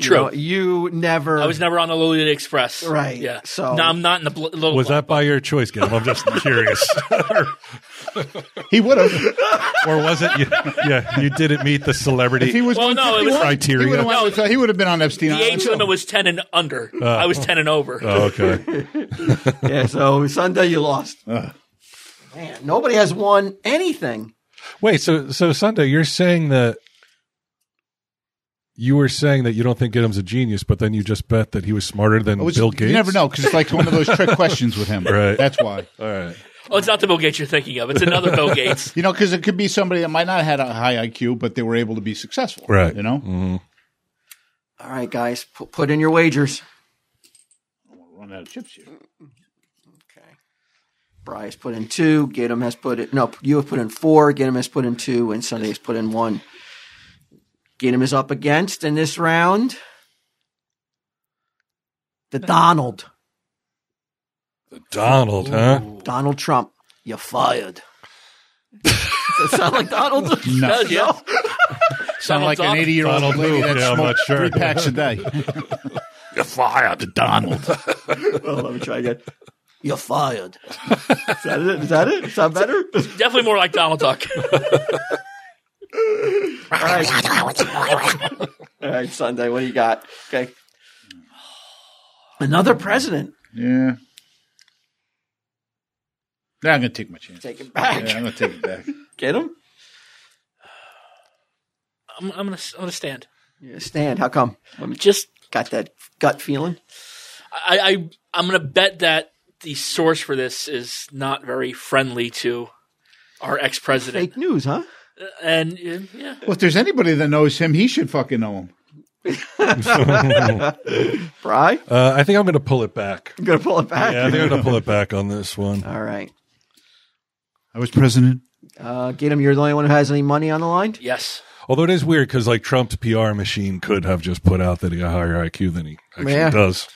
You True. know, You, never. I was never on the Lolita Express. Right, Yeah. so- no, I'm not in the bl- little. Was club. that by your choice, Gav? I'm just curious. or, He would have. or was it? You, yeah, you didn't meet the celebrity If he was Well, no, it was- 151, Criteria. He would have, went with- he would have been on Epstein. The Island, age too. limit was ten and under. I was ten and over. Oh, okay. yeah, so Sunday you lost. Man, nobody has won anything. Wait, so so Sunday, you're saying that you were saying that you don't think Gidim's a genius, but then you just bet that he was smarter than It was- Bill Gates. You never know because it's like one of those trick questions with him. Right. That's why. All right. Oh, it's not the Bill Gates you're thinking of. It's another Bill Gates. You know, because it could be somebody that might not have had a high IQ, but they were able to be successful. Right. Mm. You know, All right, guys, pu- put in your wagers. run out of chips here. Bryce put in two. Gidim has put in no. You have put in four. Gidim has put in two, and Sunday has put in one. Gidim is up against in this round the Donald, Donald, huh? Donald Trump. You're fired. Does it sound like Donald? No. Does, yeah. Sound like an Donald eighty-year-old Donald lady Duck. that Yeah, I'm smoked not sure. three packs a day. You're fired, Donald. Well, let me try again. You're fired. Is that it? Is that it? Is that better? Definitely more like Donald Duck. All right. All right, Sunday. What do you got? Okay. Another president. Yeah. Now I'm gonna take my chance. Take it back. Yeah, I'm gonna take it back. Get him. I'm, I'm gonna s- I'm gonna stand. Yeah, stand. How come? Just Got that gut feeling? I, I I'm gonna bet that the source for this is not very friendly to our ex president. Fake news, huh? And uh, yeah, Well, if there's anybody that knows him, he should fucking know him. Fry? Uh, I think I'm going to pull it back. I'm going to pull it back. Yeah, I think I'm going to pull it back on this one. All right. I was president. Uh, get him. You're the only one who has any money on the line? yes. Although it is weird because like Trump's PR machine could have just put out that he got higher IQ than he actually Yeah. does.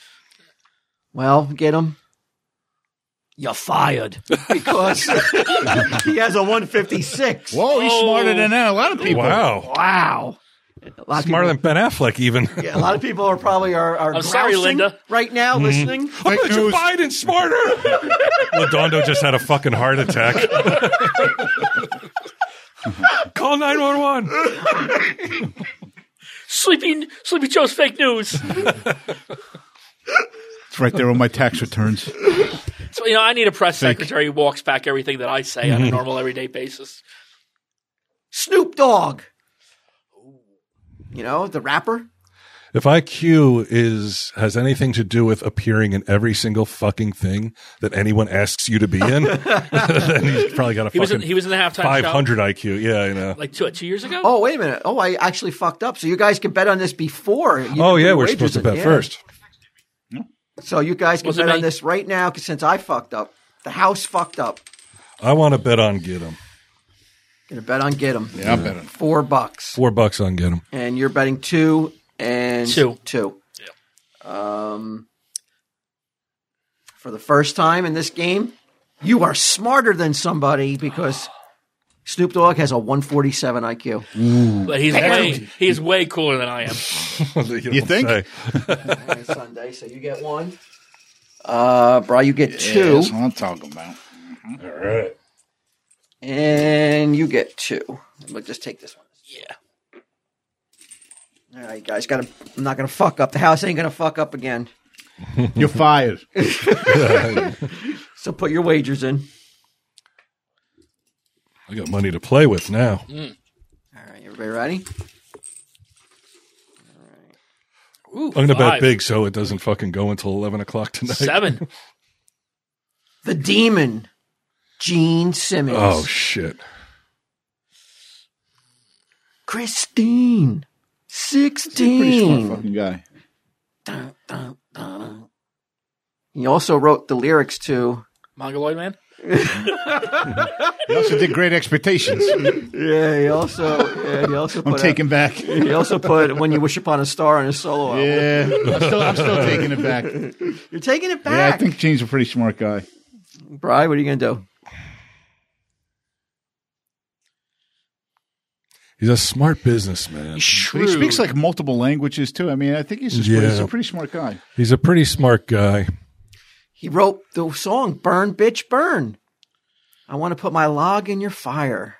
Well, get him. You're fired because he has a 156. Whoa, he's Oh. smarter than that. A lot of people. Wow, Wow. A lot of smarter people, than Mm-hmm. Ben Affleck even. yeah, a lot of people are probably are, are I'm sorry, grousing Linda. right now listening. I bet you Biden's smarter. Ladondo just had a fucking heart attack. Call nine one one. Sleeping Sleepy Joe's fake news. It's right there on my tax returns. So, you know, I need a press secretary who walks back everything that I say on a Mm-hmm. normal everyday basis. Snoop Dogg. You know, the rapper. If IQ is has anything to do with appearing in every single fucking thing that anyone asks you to be in, then he's probably got a He was in, fucking he was in the halftime five show hundred IQ. Yeah, you know. like two two years ago. Oh, wait a minute. Oh, I actually fucked up. So you guys can bet on this before. you Oh put yeah, your we're wagers supposed to in. bet Yeah. first. So you guys can Was it bet on me? this right now 'cause since I fucked up, the house fucked up. I want to bet on get him. Gonna bet on get him. Yeah, I bet him. Four bucks, Four bucks on get him. and you're betting two and Two. two. Um, for the first time in this game, you are smarter than somebody because Snoop Dogg has a 147 IQ. But he's way he's way cooler than I am. you don't think? say. It's Sunday, so you get one. Uh, bro, you get two, That's what I'm talking about. All right. and you get two. We'll just take this one. Yeah. All right, guys, gotta. I'm not gonna fuck up. The house ain't gonna fuck up again. You're fired. So put your wagers in. I got money to play with now. All right, everybody ready? Ooh, I'm going to bet five, big so it doesn't fucking go until 11 o'clock tonight. Seven. The demon, Gene Simmons. Oh, shit. Christine, Pretty smart 16. fucking guy. Dun, dun, dun. He also wrote the lyrics to. Mongoloid man. He also did great expectations. Yeah, he also. Yeah, he also I'm put. taking back. out- he also put "When You Wish Upon a Star" on his solo album. Yeah, I'm still, I'm still taking it back. You're taking it Yeah, I back. think Gene's a pretty smart guy. Bry, what are you going to do? He's a smart businessman. But he speaks like multiple languages too. I mean, I think he's just he's Yeah. a pretty smart guy. He's a pretty smart guy. He wrote the song "Burn, Bitch, Burn." I want to put my log in your fire,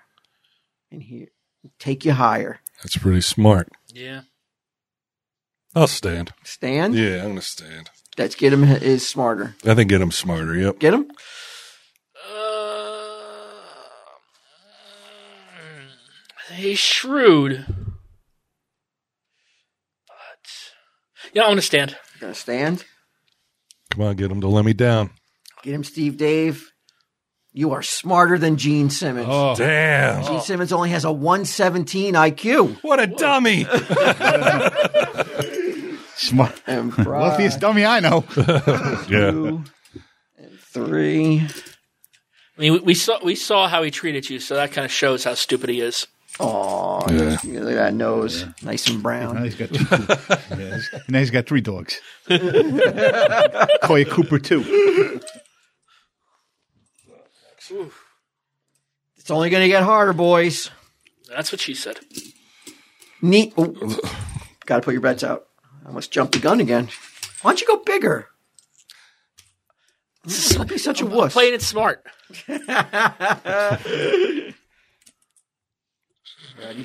and here take you higher. That's pretty smart. Yeah. I'll stand. Stan, Yeah, I'm going to stand. let's get him is smarter. I think get him smarter. Yep. Get him. Uh, he's shrewd. But yeah, I understand. Gonna stand. Come on, get him to let me down. Get him, Steve. Dave, you are smarter than Gene Simmons. Oh. Damn. Gene Simmons only has a 117 IQ. What a dummy. Smart. And Bry, Wealthiest dummy I know. yeah. two, and three. I mean, we, we saw we saw how he treated you, so that kind of shows how stupid he is. Aw, Yeah. you look at that nose, nice and brown. Now he's got two. Yeah, he's- now he's got three dogs. Koya Cooper too. It's only gonna get harder, boys. That's what she said. Neat. Oh. Got to put your bets out. I almost jumped the gun again. Why don't you go bigger? Don't be such a wuss. Playing it smart. Ready,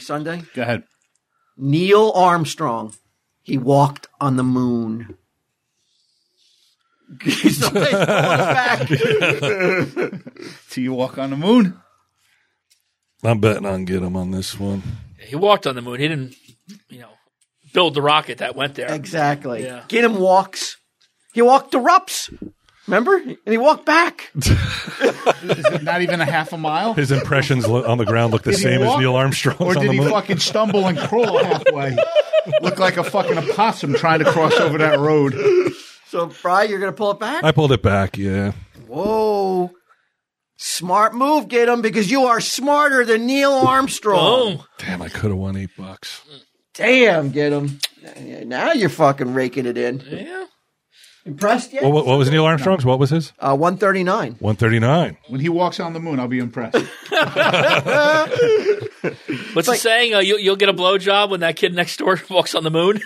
Sunday? Go ahead. Neil Armstrong. He walked on the moon. He's the place going back. Do you walk on the moon? I'm betting on get him on this one. He walked on the moon. He didn't, you know, build the rocket that went there. Exactly. Yeah. Get him walks. He walked to Rups. Remember? And he walked back. Not even a half a mile. His impressions lo- on the ground look the he same as walk, Neil Armstrong's Or on did the he moon. fucking stumble and crawl halfway? Look like a fucking opossum trying to cross over that road. So, Fry, you're going to pull it back? I pulled it back. Yeah. Whoa. Smart move, get him, because you are smarter than Neil Armstrong. Boom. Damn, I could have won eight bucks. Damn, get him. Now you're fucking raking it in. Yeah. Impressed yet? What, what, what was Neil Armstrong's? What was his? Uh, 139. 139. When he walks on the moon, I'll be impressed. What's the saying? Uh, you, you'll get a blowjob when that kid next door walks on the moon.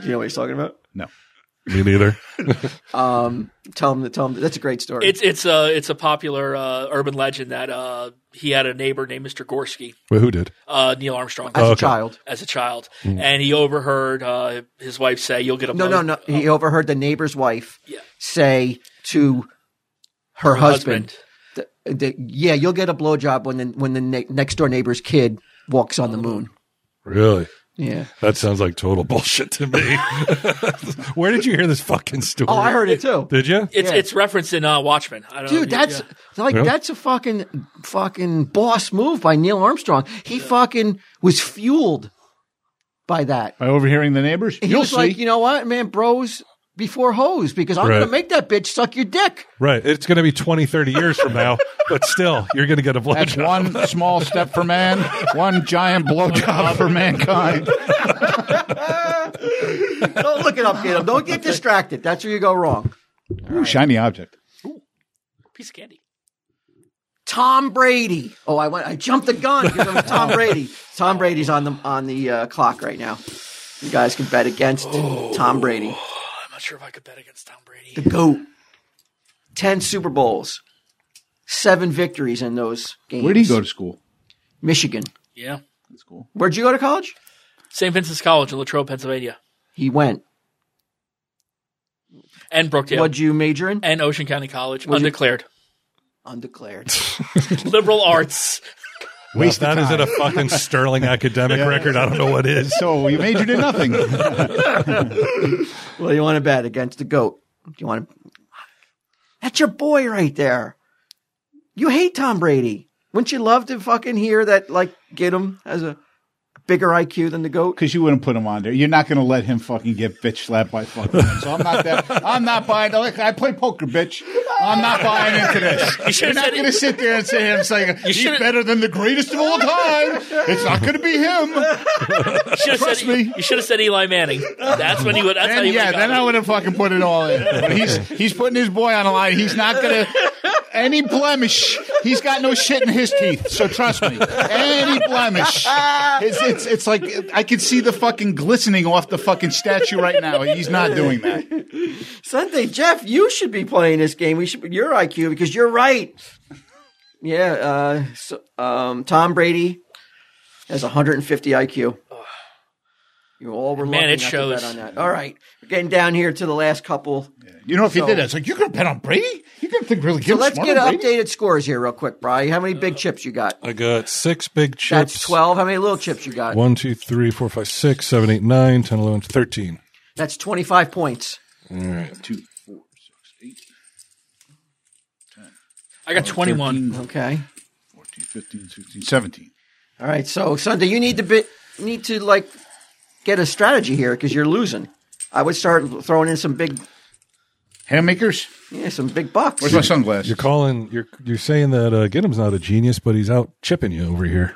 Do you know what he's talking about? No. Me neither. Tell him, tell him. That's a great story. It's it's a it's a popular uh, urban legend that uh, he had a neighbor named Mr. Gorsky, Wait, who did? uh, Neil Armstrong, As a okay. child. as a child, and he overheard uh, his wife say, "You'll get a No, blow- no, no. He overheard the neighbor's wife Yeah. say to her, husband, husband." th- th- yeah, you'll get a blowjob when the, when the ne- next door neighbor's kid walks on the moon. Really? Yeah. That sounds like total bullshit to me. Where did you hear this fucking story? Oh, I heard it too. Did you? It's Yeah. it's referenced in uh, Watchmen. I don't know, Dude, Yeah, that's yeah. like Yeah. that's a fucking fucking boss move by Neil Armstrong. He fucking was fueled by that. By overhearing the neighbors, He you'll was see. like, you know what, man, bros before hoes, because I'm Right. gonna make that bitch suck your dick. Right. It's going to be 20, 30 years from now, but still, you're going to get a That's blowjob. one small step for man, one giant blowjob for mankind. Don't look it up, kiddo. Don't get distracted. That's where you go wrong. Ooh, shiny object. piece of candy. Tom Brady. Oh, I went. I jumped the gun because it was Tom Brady. Tom Brady's on the on the uh, clock right now. You guys can bet against Tom Brady, I'm not sure if I could bet against Tom Brady. the goat. Ten Super Bowls, seven victories in those games. Where did he go to school? Michigan. Yeah, That's cool. Where'd you go to college? St. Vincent's College in Latrobe, Pennsylvania, He went. and Brookdale, What'd you major in? and Ocean County College, undeclared, Undeclared. liberal arts. Waste That of isn't time. a fucking sterling academic record. I don't know what is. So you majored in nothing. Well, you want to bet against the goat. Do you want to? That's your boy right there. You hate Tom Brady. Wouldn't you love to fucking hear that? Like, get him as a bigger IQ than the goat? Because you wouldn't put him on there. You're not going to let him fucking get bitch slapped by fucking. Him. So I'm not that. I'm not buying. Like, I play poker, bitch. I'm not buying into this. You should've are not said it. going to sit there and say him saying he's should've- better than the greatest of all time. It's not going to be him. You should have Trust said, me. You should have said Eli Manning. That's when you would. That's how And you yeah, would've then gotten I it. would have fucking put it all in. But he's he's putting his boy on the line. He's not going to any blemish. He's got no shit in his teeth. So trust me, any blemish. It's it's, it's like I can see the fucking glistening off the fucking statue right now. He's not doing that. Sunday, Jeff, you should be playing this game. We should be your IQ because you're right. Yeah, uh, so, um, Tom Brady has 150 IQ. You all were Man, lucky it not to shows. bet on that. All right, we're getting down here to the last couple. You know, if you So- did that, it's like you're going to bet on Brady. You're going to think really good. So let's smart get on Brady? updated scores here, real quick, Bry. How many Uh, big chips you got? I got six big chips. That's 12. How many little chips you got? One, two, three, four, five, six, seven, eight, nine, 10, 11, 13. That's 25 points. I got 21. 13, Okay. 14, 15, 16, 17. All right. So Sunday, you need to bit need to like get a strategy here because you're losing. I would start throwing in some big Handmakers. yeah, some big bucks. Where's my sunglasses? You're calling, you're, you're saying that uh, Ginnam's not a genius, but he's out chipping you over here.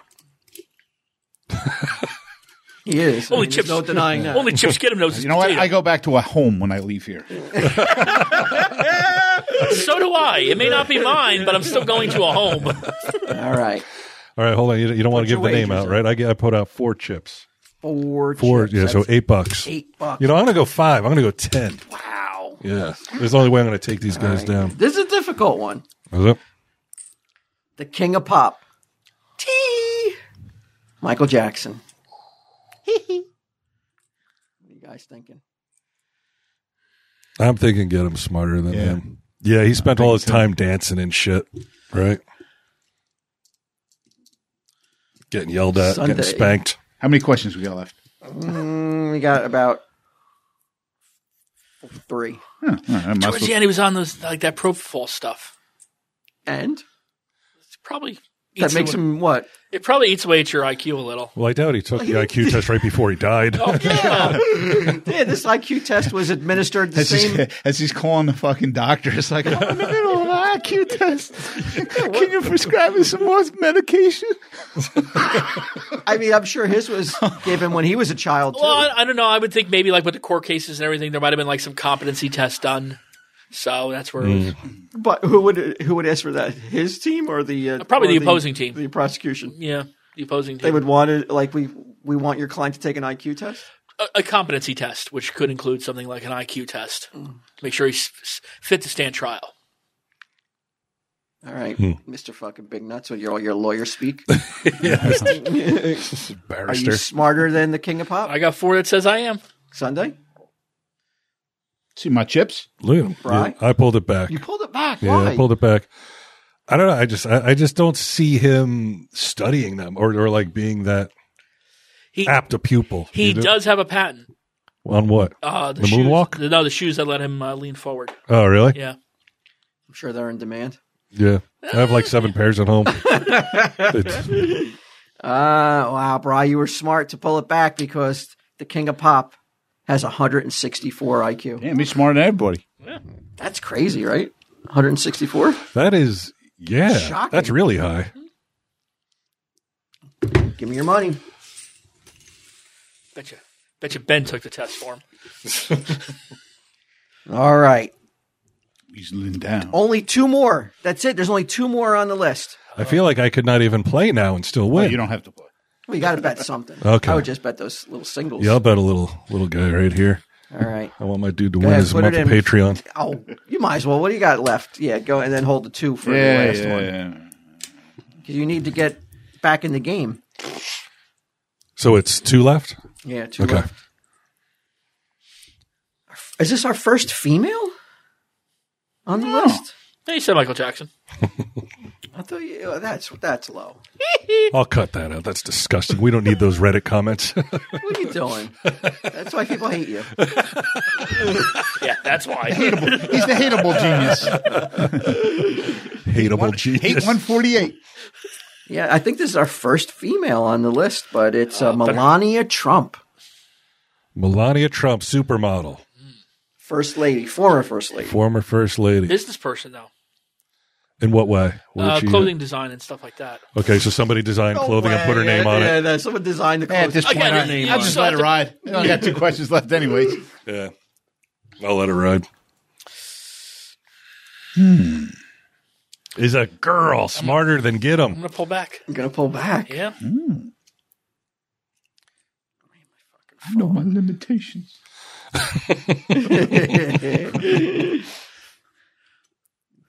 He is. I Holy mean, chips. there's no denying that. Only Chips Get him knows. you know what? I go back to a home when I leave here. so do I. It may not be mine, but I'm still going to a home. All right. All right, hold on. You, you don't want to your give the name wagers out, in. right? I, get- I put out four chips. Four. Four, chips. yeah, so That's eight bucks. eight bucks. You know, I'm going to go five. I'm going to go 10. wow. Yeah. There's the only way I'm going to take these guys down. This is a difficult one. Is it? The King of Pop. T. Michael Jackson. what are you guys thinking? I'm thinking get him smarter than Yeah. him. Yeah, he spent all his time dancing and shit, right? Getting yelled at, Sunday. getting spanked. How many questions we got left? Mm, We got about three. Huh, all right, I must Towards the end, he was on those like that profile stuff. And It's probably that eats makes away- him what? It probably eats away at your IQ a little. Well, I doubt he took the IQ test right before he died. Yeah, this IQ test was administered the as, same. he's, as he's calling the fucking doctor, it's like, "Oh, I'm in the middle of an IQ test. Can you prescribe me some more medication? I mean, I'm sure his was given when he was a child. Too. Well, I, I don't know. I would think maybe like with the court cases and everything, there might have been like some competency test done. So that's where it was. But who would who would ask for that? His team or the uh, Probably or the opposing team. the prosecution? yeah, the opposing They team. would want it like we we want your client to take an IQ test. a, a competency test, which could include something like an IQ test, to make sure he's s- fit to stand trial. All right, Hmm. Mister Fucking Big Nuts, when you're all your lawyer speak. Are you Barrister. smarter than the King of Pop? I got four that says I am. Sunday, See my chips? Look at him. Bry? Yeah, I pulled it back. you pulled it back. Yeah, Why? I pulled it back. I don't know. I just, I, I just don't see him studying them or, or like being that He apt a pupil. he Ah, You do- does have a patent. on what? Uh, the The shoes, moonwalk? the- no, the shoes that let him uh, lean forward. Oh, really? Yeah. I'm sure they're in demand. Yeah. I have like seven pairs at home. Uh, wow, Bri, you were smart to pull it back because the King of Pop has 164 IQ. Damn, he's smarter than everybody. That's crazy, right? 164? that is, yeah, Shocking. that's really high. Give me your money. Betcha. Betcha Ben took the test for him. All right. He's leaning down. Only two more. That's it. There's only two more on the list. I feel like I could not even play now and still Well, win. Oh, you don't have to play. We got to bet something. Okay. I would just bet those little singles. yeah, I'll bet a little little guy right here. All right. I want my dude to win ahead, his put it monthly in. Patreon. Oh, you might as well. What do you got left? Yeah, go and then hold the two for the last one. Because you need to get back in the game. So it's two left. Yeah, two Okay. left. Is this our first female on the list? Yeah, you said Michael Jackson. I thought you, oh, that's that's low. I'll cut that out. That's disgusting. We don't need those Reddit comments. What are you doing? That's why people hate you. Yeah, that's why. He's the hateable genius. Hateable genius. Hate 148. Yeah, I think this is our first female on the list, but it's Oh, uh, Melania Trump, Melania Trump, supermodel, first lady, former first lady. former first lady. Business person though, In what way? What did uh, she- clothing design and stuff like that. Okay, so somebody designed clothing and put her name Oh, yeah, on yeah, it. Yeah, someone designed the At clothes. this point, got I, it. You will just saw let it the- ride. I only got two questions left, anyways. Yeah, I'll let it ride. Hmm. Is a girl smarter than get 'em? I'm gonna pull back. I'm gonna pull back. Yeah, Hmm? I know my limitations.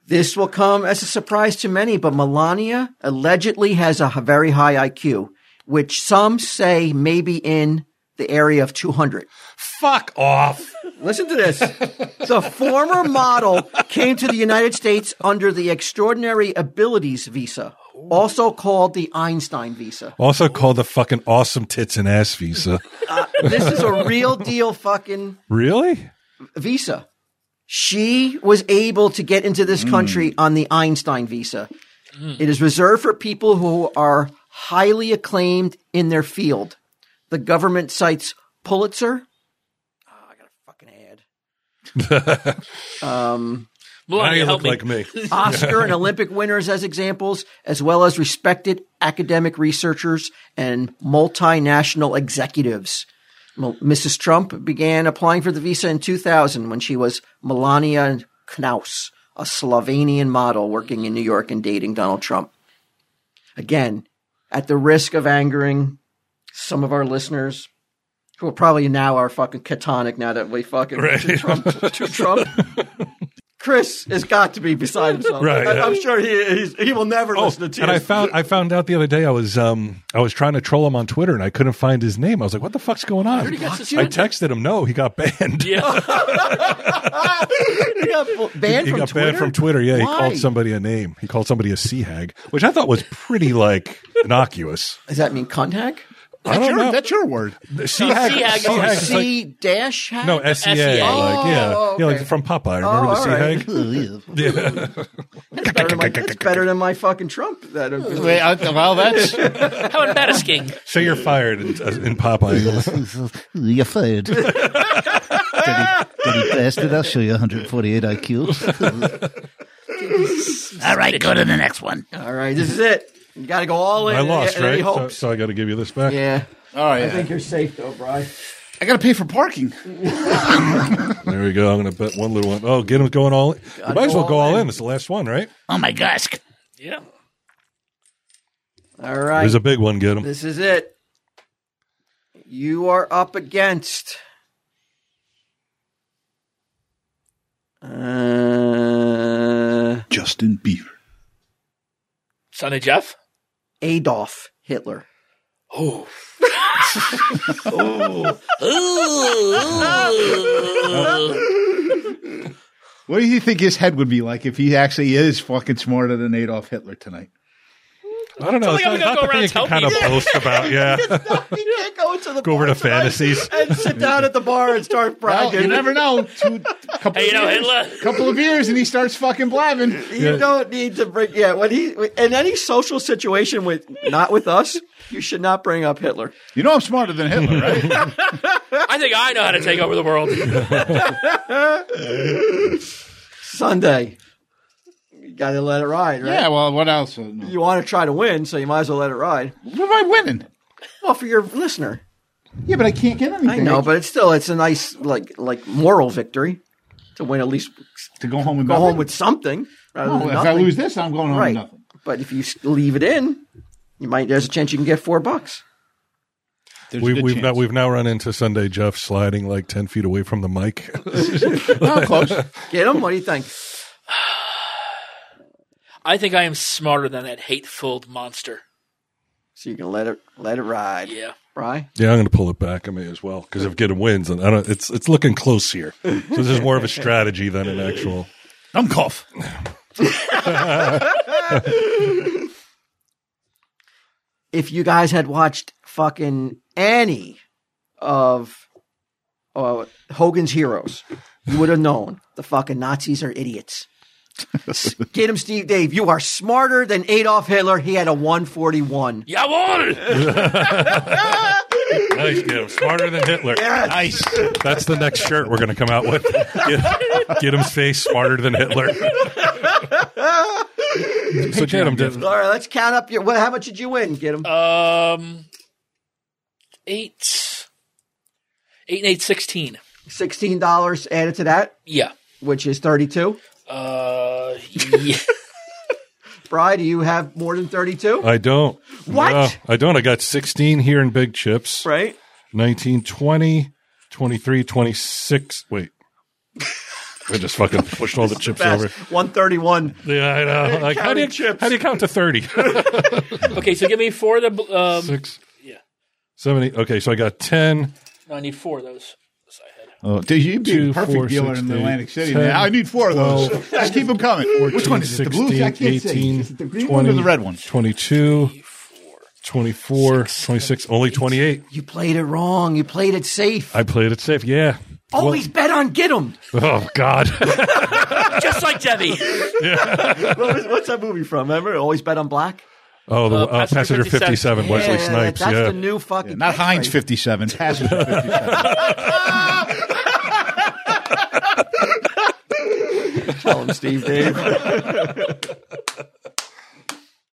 This will come as a surprise to many, but Melania allegedly has a h- very high IQ, which some say may be in the area of 200. Fuck off. Listen to this. the former model came to the United States under the Extraordinary Abilities Visa, also called the Einstein Visa. Also called the fucking awesome tits and ass visa. This is a real deal fucking really? visa. She was able to get into this country on the Einstein visa. It is reserved for people who are highly acclaimed in their field. The government cites Pulitzer. Oh, I got a fucking ad. Now Melania, you help look me. like me. Oscar and Olympic winners as examples, as well as respected academic researchers and multinational executives. Mel- Mrs. Trump began applying for the visa in 2000 when she was Melania Knaus, a Slovenian model working in New York and dating Donald Trump. Again, at the risk of angering some of our listeners, who are probably now are fucking catonic now that we fucking Right. to Trump. To Trump. Chris has got to be beside himself. Right, I, yeah. am sure he he's, he will never Oh, listen to and I us. found I found out the other day I was um I was trying to troll him on Twitter and I couldn't find his name. I was like, what the fuck's going on? got I suspended. texted him. No, he got banned. Yeah, he got bu- banned He from got Twitter. banned from Twitter. Yeah, he Why? called somebody a name. He called somebody a sea hag, which I thought was pretty like innocuous. Does that mean contact? I That's don't your, know. that's your word. Sea hag. sea hag is sea like- hag is like- C dash hack? no, S E A. SEA. Like yeah, Oh, yeah, like okay. from Popeye. Remember Oh, the sea all hag? That's better, than my, that's better than my fucking Trump. That Wait, I, well, that's how about Madisking? Say you're fired in, uh, in Popeye. You're fired. Dirty, dirty bastard. I'll show you 148 IQ. All right, go to the next one. all right, this is it. You got to go all in. I and- lost, and right? He So, hopes. so I got to give you this back. yeah, all right. I, I think you're safe though, Brian. got to pay for parking. There we go. I'm going to bet one little one. Oh, get him going all in. You might as well go all in. It's the last one, right? Oh my gosh. Yeah, All right, There's a big one. Get him. this is it. You are up against. Uh, Justin Bieber. Sonny Jeff. Adolf Hitler. Oh, What do you think his head would be like if he actually is fucking smarter than Adolf Hitler tonight? I don't know. It's It's not not, not like I'm the thing gonna go around you can kind telling of boast about. Yeah. he can't go into the Go over bar to tonight fantasies. and sit down at the bar and start bragging. Well, you never know. Two, couple, Hey, of you know years, Hitler. couple of years, and he starts fucking blabbing. You Yeah. don't need to bring yeah when he in any social situation with not with us. You should not bring up Hitler. You know I'm smarter than Hitler, right? I think I know how to take over the world. Sunday, you got to let it ride, right? yeah. Well, what else? Uh, No. You want to try to win, so you might as well let it ride. What am I winning? Well, for your listener, Yeah, but I can't get anything. I know, but it's still it's a nice like like moral victory to win at least to go home and go home with something rather Oh, than if nothing. I lose this, I'm going home right, with nothing. but if you s- leave it in, you might there's a chance you can get four bucks. There's We, we've now, we've now run into Sunday Jeff sliding like ten feet away from the mic. oh, close. Get him? What do you think? I think I am smarter than that hate-filled monster. So you can let it let it ride, Yeah. right? yeah, I'm going to pull it back. I may as well because if Gidim wins, and I don't, it's it's looking close here. So this is more of a strategy than an actual. I'm cough. if you guys had watched fucking any of uh, Hogan's Heroes, you would have known the fucking Nazis are idiots. Get him, Steve Dave. You are smarter than Adolf Hitler. He had a 141. Jawohl! Nice, get him Oh, smarter than Hitler. Nice. That's the next shirt we're going to come out with. Get, get him's face smarter than Hitler. so get him. did- All right, let's count up your. Well, how much did you win? Get him. Um, eight, eight and eight, sixteen. Sixteen dollars added to that, Yeah. which is thirty-two. Uh, yeah. Bry, do you have more than thirty-two? I don't. What? No, I don't. I got 16 here in big chips. right. 19, 20, 23, 26. Wait. I just fucking pushed all the chips over. One thirty-one. Yeah, I know. Like, how, do you, Counting chips. how do you count to 30? okay, so give me four of the. Um, Six. Yeah. Seven, eight. Okay, so I got 10. no, I need four of those. Yes, I had. Oh, Dude, you'd be Uh, Two, a perfect four, dealer six, in eight, Atlantic City. ten, man. I need four of those. twelve, Just keep them coming. Which one is it? The blue? I can't 16, see. 18, Is it the green one or the red one? 22, 24, 26, only 28. You played it wrong. You played it safe. I played it safe. Yeah. Always bet on get him. Oh, God. Just like Debbie. What is- What's that movie from? Remember? Always bet on black. Oh, the uh, Passenger Passenger 57, 57, Wesley Yeah, Snipes. That's yeah. the new fucking. Not catchphrase. Heinz 57. Passenger 57. Tell him, Steve Dave.